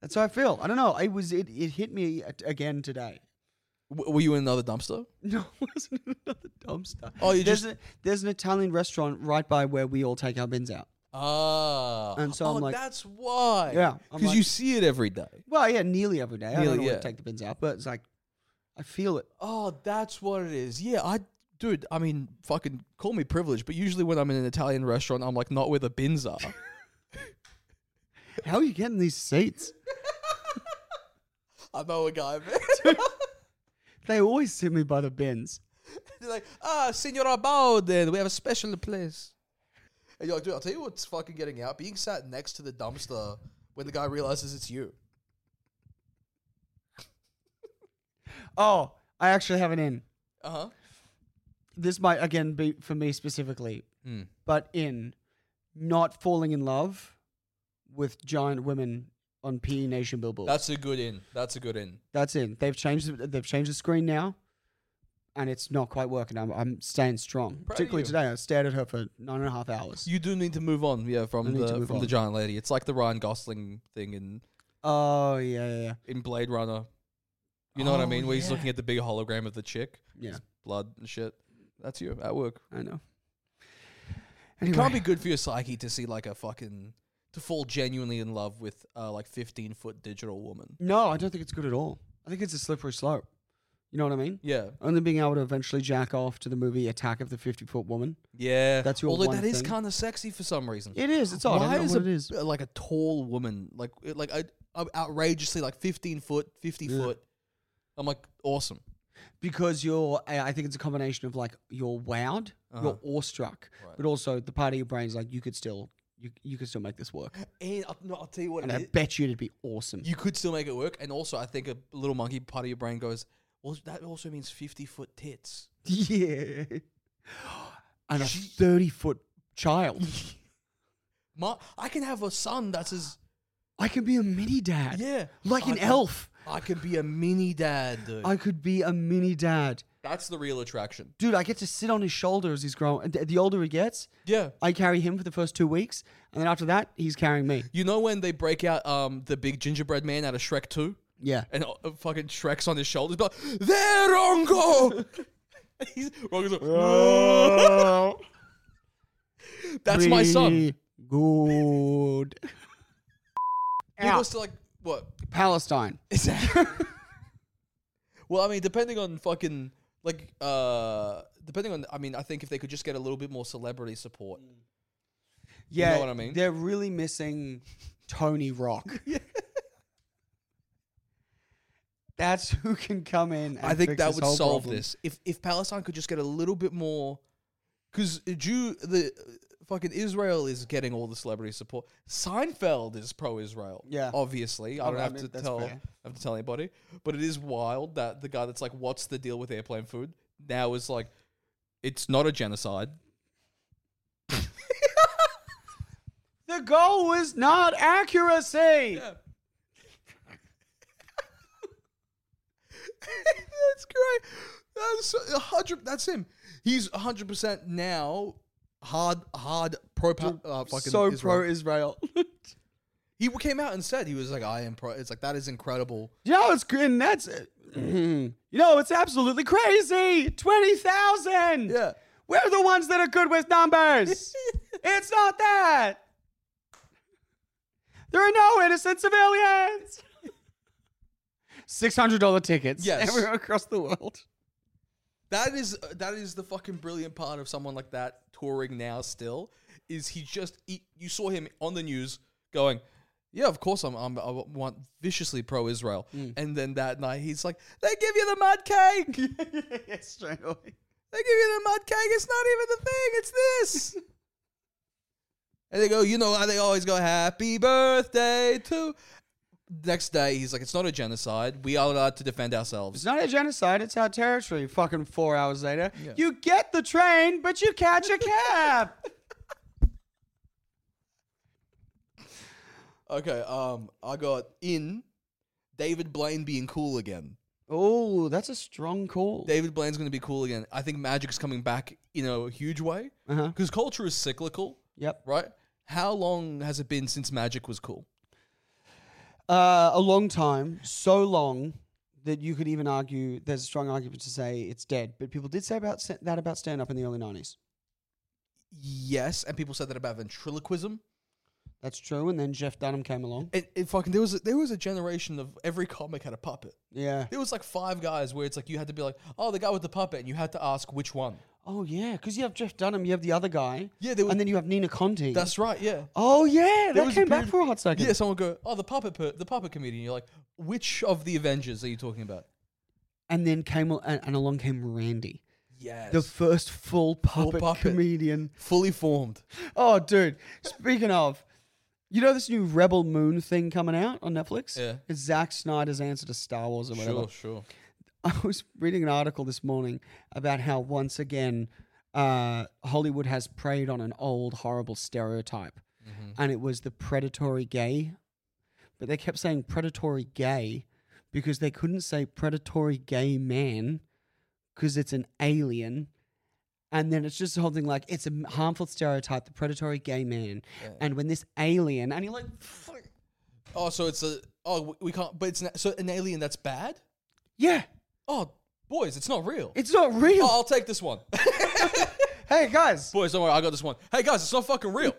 C: That's how I feel. I don't know. It was it, it hit me a- again today.
A: W- were you in another dumpster?
C: No, it wasn't in another dumpster.
A: Oh, you
C: there's
A: just-
C: a, there's an Italian restaurant right by where we all take our bins out.
A: Ah.
C: And so
A: oh,
C: I'm like-
A: that's why.
C: Yeah, I'm
A: Because
C: like-
A: you see it every day.
C: Well, yeah, nearly every day. I
A: Nearly,
C: don't know
A: yeah.
C: yeah. take the bins out, but it's like I feel it.
A: Oh, that's what it is. Yeah, I. Dude, I mean, fucking call me privileged, but usually when I'm in an Italian restaurant, I'm like, not where the bins are.
C: How are you getting these seats?
A: I know a guy, man.
C: They always sit me by the bins.
A: They're like, ah, Senora Bowden, we have a special place. And you're like, dude, I'll tell you what's fucking getting out. Being sat next to the dumpster when the guy realizes it's you.
C: Oh, I actually have an in.
A: Uh
C: Uh-huh.
A: huh.
C: this might again be for me specifically,
A: Hmm.
C: but in not falling in love with giant women on PE Nation billboards. That's,
A: That's a good in. That's a good in.
C: in. They've changed. the- They've changed the screen now, and it's not quite working. I'm, I'm staying strong.
A: Proud of
C: Particularly
A: you.
C: today, I stared at her for nine and a half hours.
A: You do need to move on, yeah, from
C: need to
A: the
C: move
A: from the
C: on.
A: giant lady. It's like the Ryan Gosling thing in
C: Oh yeah, yeah, yeah.
A: in Blade Runner. You know what I
C: Oh,
A: mean? Where he's
C: yeah.
A: looking at the big hologram of the chick,
C: Yeah,
A: blood and shit. That's you at work.
C: I know.
A: It
C: Anyway,
A: can't be good for your psyche to see like a fucking to fall genuinely in love with uh, like fifteen foot digital woman.
C: no, I don't think it's good at all. I think it's a slippery slope. You know what I mean?
A: Yeah,
C: Only being able to eventually jack off to the movie Attack of the Fifty Foot Woman.
A: yeah.
C: That's your
A: although
C: one
A: that is
C: thing.
A: kind of sexy for some reason.
C: It is. It's odd. I
A: Why
C: don't know
A: is
C: what
A: a-
C: it is.
A: uh, like a tall woman like it- like I, I'm outrageously like fifteen foot, fifty
C: Yeah.
A: foot? I'm like awesome.
C: because you're I I think it's a combination of like you're wowed,
A: Uh-huh.
C: you're awestruck,
A: Right.
C: but also the part of your brain's like you could still you you could still make this work.
A: And I'll, no, I'll tell you what,
C: And
A: it
C: I
A: is.
C: bet you it'd be awesome.
A: you could still make it work. And also, I think a little monkey part of your brain goes, well, that also means fifty foot tits.
C: yeah. And a
A: She-
C: 30 foot child.
A: Ma, I can have a son that's as
C: I could be a mini dad.
A: yeah,
C: Like
A: I
C: an
A: can-
C: elf.
A: I could be a mini dad. Dude.
C: I could be a mini dad.
A: that's the real attraction.
C: Dude, I get to sit on his shoulder as he's growing. The the older he gets,
A: Yeah.
C: I carry him for the first two weeks. And then after that, he's carrying me.
A: You know when they break out um the big gingerbread man out of Shrek 2?
C: Yeah.
A: and uh, fucking Shrek's on his shoulders, but there, Rongo. He's, Rongo's like, "No." That's my son.
C: Pretty Good.
A: People
C: Out.
A: still like, what
C: Palestine.
A: is that? well, I mean, depending on fucking like, uh, depending on, I mean, I think if they could just get a little bit more celebrity support,
C: Yeah,
A: what I mean?
C: They're really missing Tony Rock. That's who can come in. And
A: I think
C: fix
A: that
C: this
A: would
C: whole
A: solve
C: problem.
A: this. If if Palestine could just get a little bit more, because Jew the uh, fucking Israel is getting all the celebrity support. Seinfeld is pro-Israel.
C: Yeah. Oh,
A: obviously. I
C: I
A: don't
C: mean,
A: have to
C: that's
A: tell
C: fair.
A: have to tell anybody, but it is wild that the guy that's like, "What's the deal with airplane food?" now is like, "It's not a genocide."
C: The goal was not accuracy.
A: that's great. That's a hundred. That's him. He's hundred percent now. Hard, hard pro. pa- Uh, fucking
C: so
A: Israel.
C: pro Israel.
A: He came out and said he was like, "I am pro." It's like that is incredible.
C: you know, it's and that's
A: Mm-hmm.
C: you know, it's absolutely crazy. Twenty thousand.
A: Yeah.
C: We're the ones that are good with numbers. it's not that. There are no innocent civilians. Six hundred dollar tickets.
A: Yes.
C: everywhere across the world.
A: That is uh, that is the fucking brilliant part of someone like that touring now. Still, is he just he, you saw him on the news going, yeah, of course I'm, I'm I want viciously pro Israel, and then that night he's like, they give you the mud cake, they give
C: yes, straight away.
A: you the mud cake. It's not even the thing. It's this. and they go, you know how they always go, happy birthday to. Next day he's like, it's not a genocide. We are allowed to defend ourselves.
C: It's not a genocide. It's our territory. Fucking four hours later,
A: Yeah.
C: you get the train, but you catch a cab.
A: Okay, um, I got in David Blaine being cool again.
C: oh, that's a strong call.
A: David Blaine's going to be cool again. I think Magic's coming back in a huge way
C: Uh-huh.
A: because culture is cyclical,
C: Yep.
A: right? How long has it been since Magic was cool?
C: Uh, a long time, so long that you could even argue there's a strong argument to say it's dead. But people did say about sa- that about stand up in the early '90s.
A: Yes, and people said that about ventriloquism.
C: That's true. And then Jeff Dunham came along.
A: It, it fucking there was a, there was a generation of every comic had a puppet.
C: Yeah.
A: There was like five guys where it's like you had to be like, oh, the guy with the puppet, and you had to ask which one.
C: Oh yeah, because you have Jeff Dunham, you have the other guy,
A: Yeah, there was.
C: and then you have Nina Conti.
A: that's right. Yeah.
C: oh yeah, that
A: was a
C: came back
A: period-
C: for a hot second.
A: Yeah, someone would go, oh, the puppet, per- the puppet comedian. You're like, which of the Avengers are you talking about?
C: And then came al- and, and along came Randy.
A: Yes.
C: The first full puppet,
A: puppet.
C: comedian.
A: fully formed.
C: Oh, dude. Speaking of, you know this new Rebel Moon thing coming out on Netflix?
A: Yeah.
C: It's Zack Snyder's answer to Star Wars or whatever.
A: Sure, sure.
C: I was reading an article this morning about how once again uh, Hollywood has preyed on an old horrible stereotype, and it was the predatory gay. But they kept saying predatory gay because they couldn't say predatory gay man because it's an alien. And then it's just the whole thing like it's a harmful stereotype, the predatory gay man. And when this alien, and you're like, "Fuck,
A: Oh, so it's a oh w- we can't, but it's an, so an alien that's bad.
C: yeah,
A: Oh, boys, it's not real.
C: it's not real.
A: oh, I'll take this one.
C: Hey guys,
A: boys, don't worry, I got this one. Hey guys, it's not fucking real.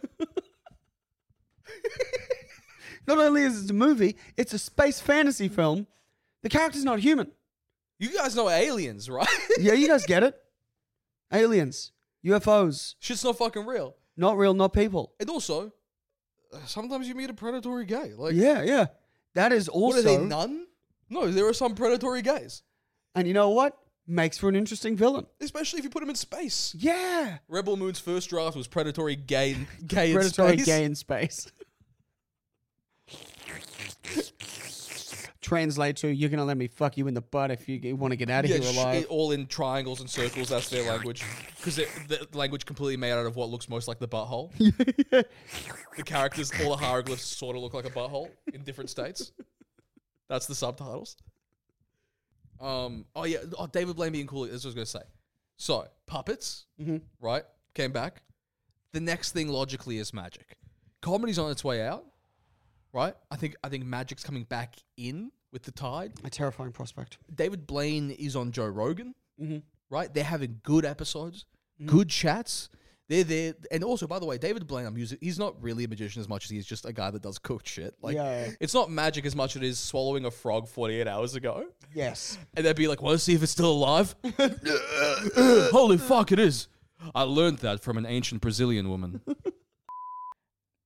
C: Not only is it a movie, it's a space fantasy film. The character's not human.
A: you guys know aliens, right?
C: Yeah, you guys get it. Aliens, UFOs,
A: Shit's not fucking real.
C: not real, not people.
A: And also, uh, sometimes you meet a predatory gay. Like,
C: Yeah, yeah. That is
A: what
C: also.
A: are they none? No, there are some predatory gays,
C: and you know what? Makes for an interesting villain.
A: especially if you put them in space.
C: Yeah.
A: Rebel Moon's first draft was predatory gay, gay in
C: Predatory
A: space.
C: gay in space. Translate to you're gonna let me fuck you in the butt if you want to get out of
A: Yeah,
C: here
A: sh-
C: alive.
A: all in triangles and circles. That's their language, because the language completely made out of what looks most like the butthole. The characters, all the hieroglyphs, sort of look like a butthole in different states. That's the subtitles. Um. Oh yeah. Oh, David Blaine being cool. This was gonna say. So puppets, right? Came back. The next thing logically is magic. Comedy's on its way out, right? I think I think magic's coming back in with the tide.
C: A terrifying prospect.
A: David Blaine is on Joe Rogan, right? They're having good episodes, good chats. They're there, and also by the way, David Blaine, I'm using. He's not really a magician as much as he's just a guy that does cooked shit. Like,
C: Yeah.
A: it's not magic as much as it is swallowing a frog 48 hours ago,
C: Yes.
A: and they'd be like, "Want to see if it's still alive?" Holy fuck, it is! I learned that from an ancient Brazilian woman.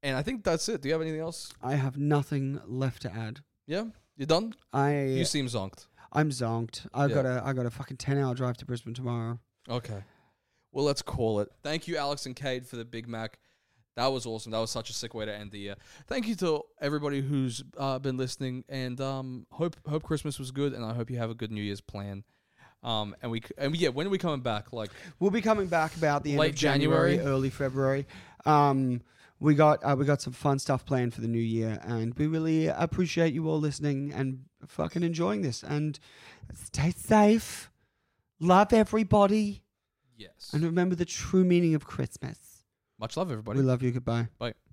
A: and I think that's it. Do you have anything else?
C: I have nothing left to add.
A: Yeah, you done?
C: I
A: You seem zonked.
C: I'm zonked. I've
A: Yeah.
C: got a I got a fucking ten hour drive to Brisbane tomorrow.
A: Okay. Well, let's call it. Thank you, Alex and Cade, for the Big Mac. That was awesome. That was such a sick way to end the year. Thank you to everybody who's uh, been listening, and um, hope hope Christmas was good, and I hope you have a good New Year's plan. Um, and we c- and yeah, when are we coming back? Like
C: We'll be coming back about the end
A: Late
C: of January,
A: January.
C: early February. Um, we got uh, we got some fun stuff planned for the new year, and we really appreciate you all listening and fucking enjoying this. And stay safe, love everybody,
A: Yes.
C: and remember the true meaning of Christmas.
A: Much love, everybody.
C: We love you. Goodbye.
A: Bye.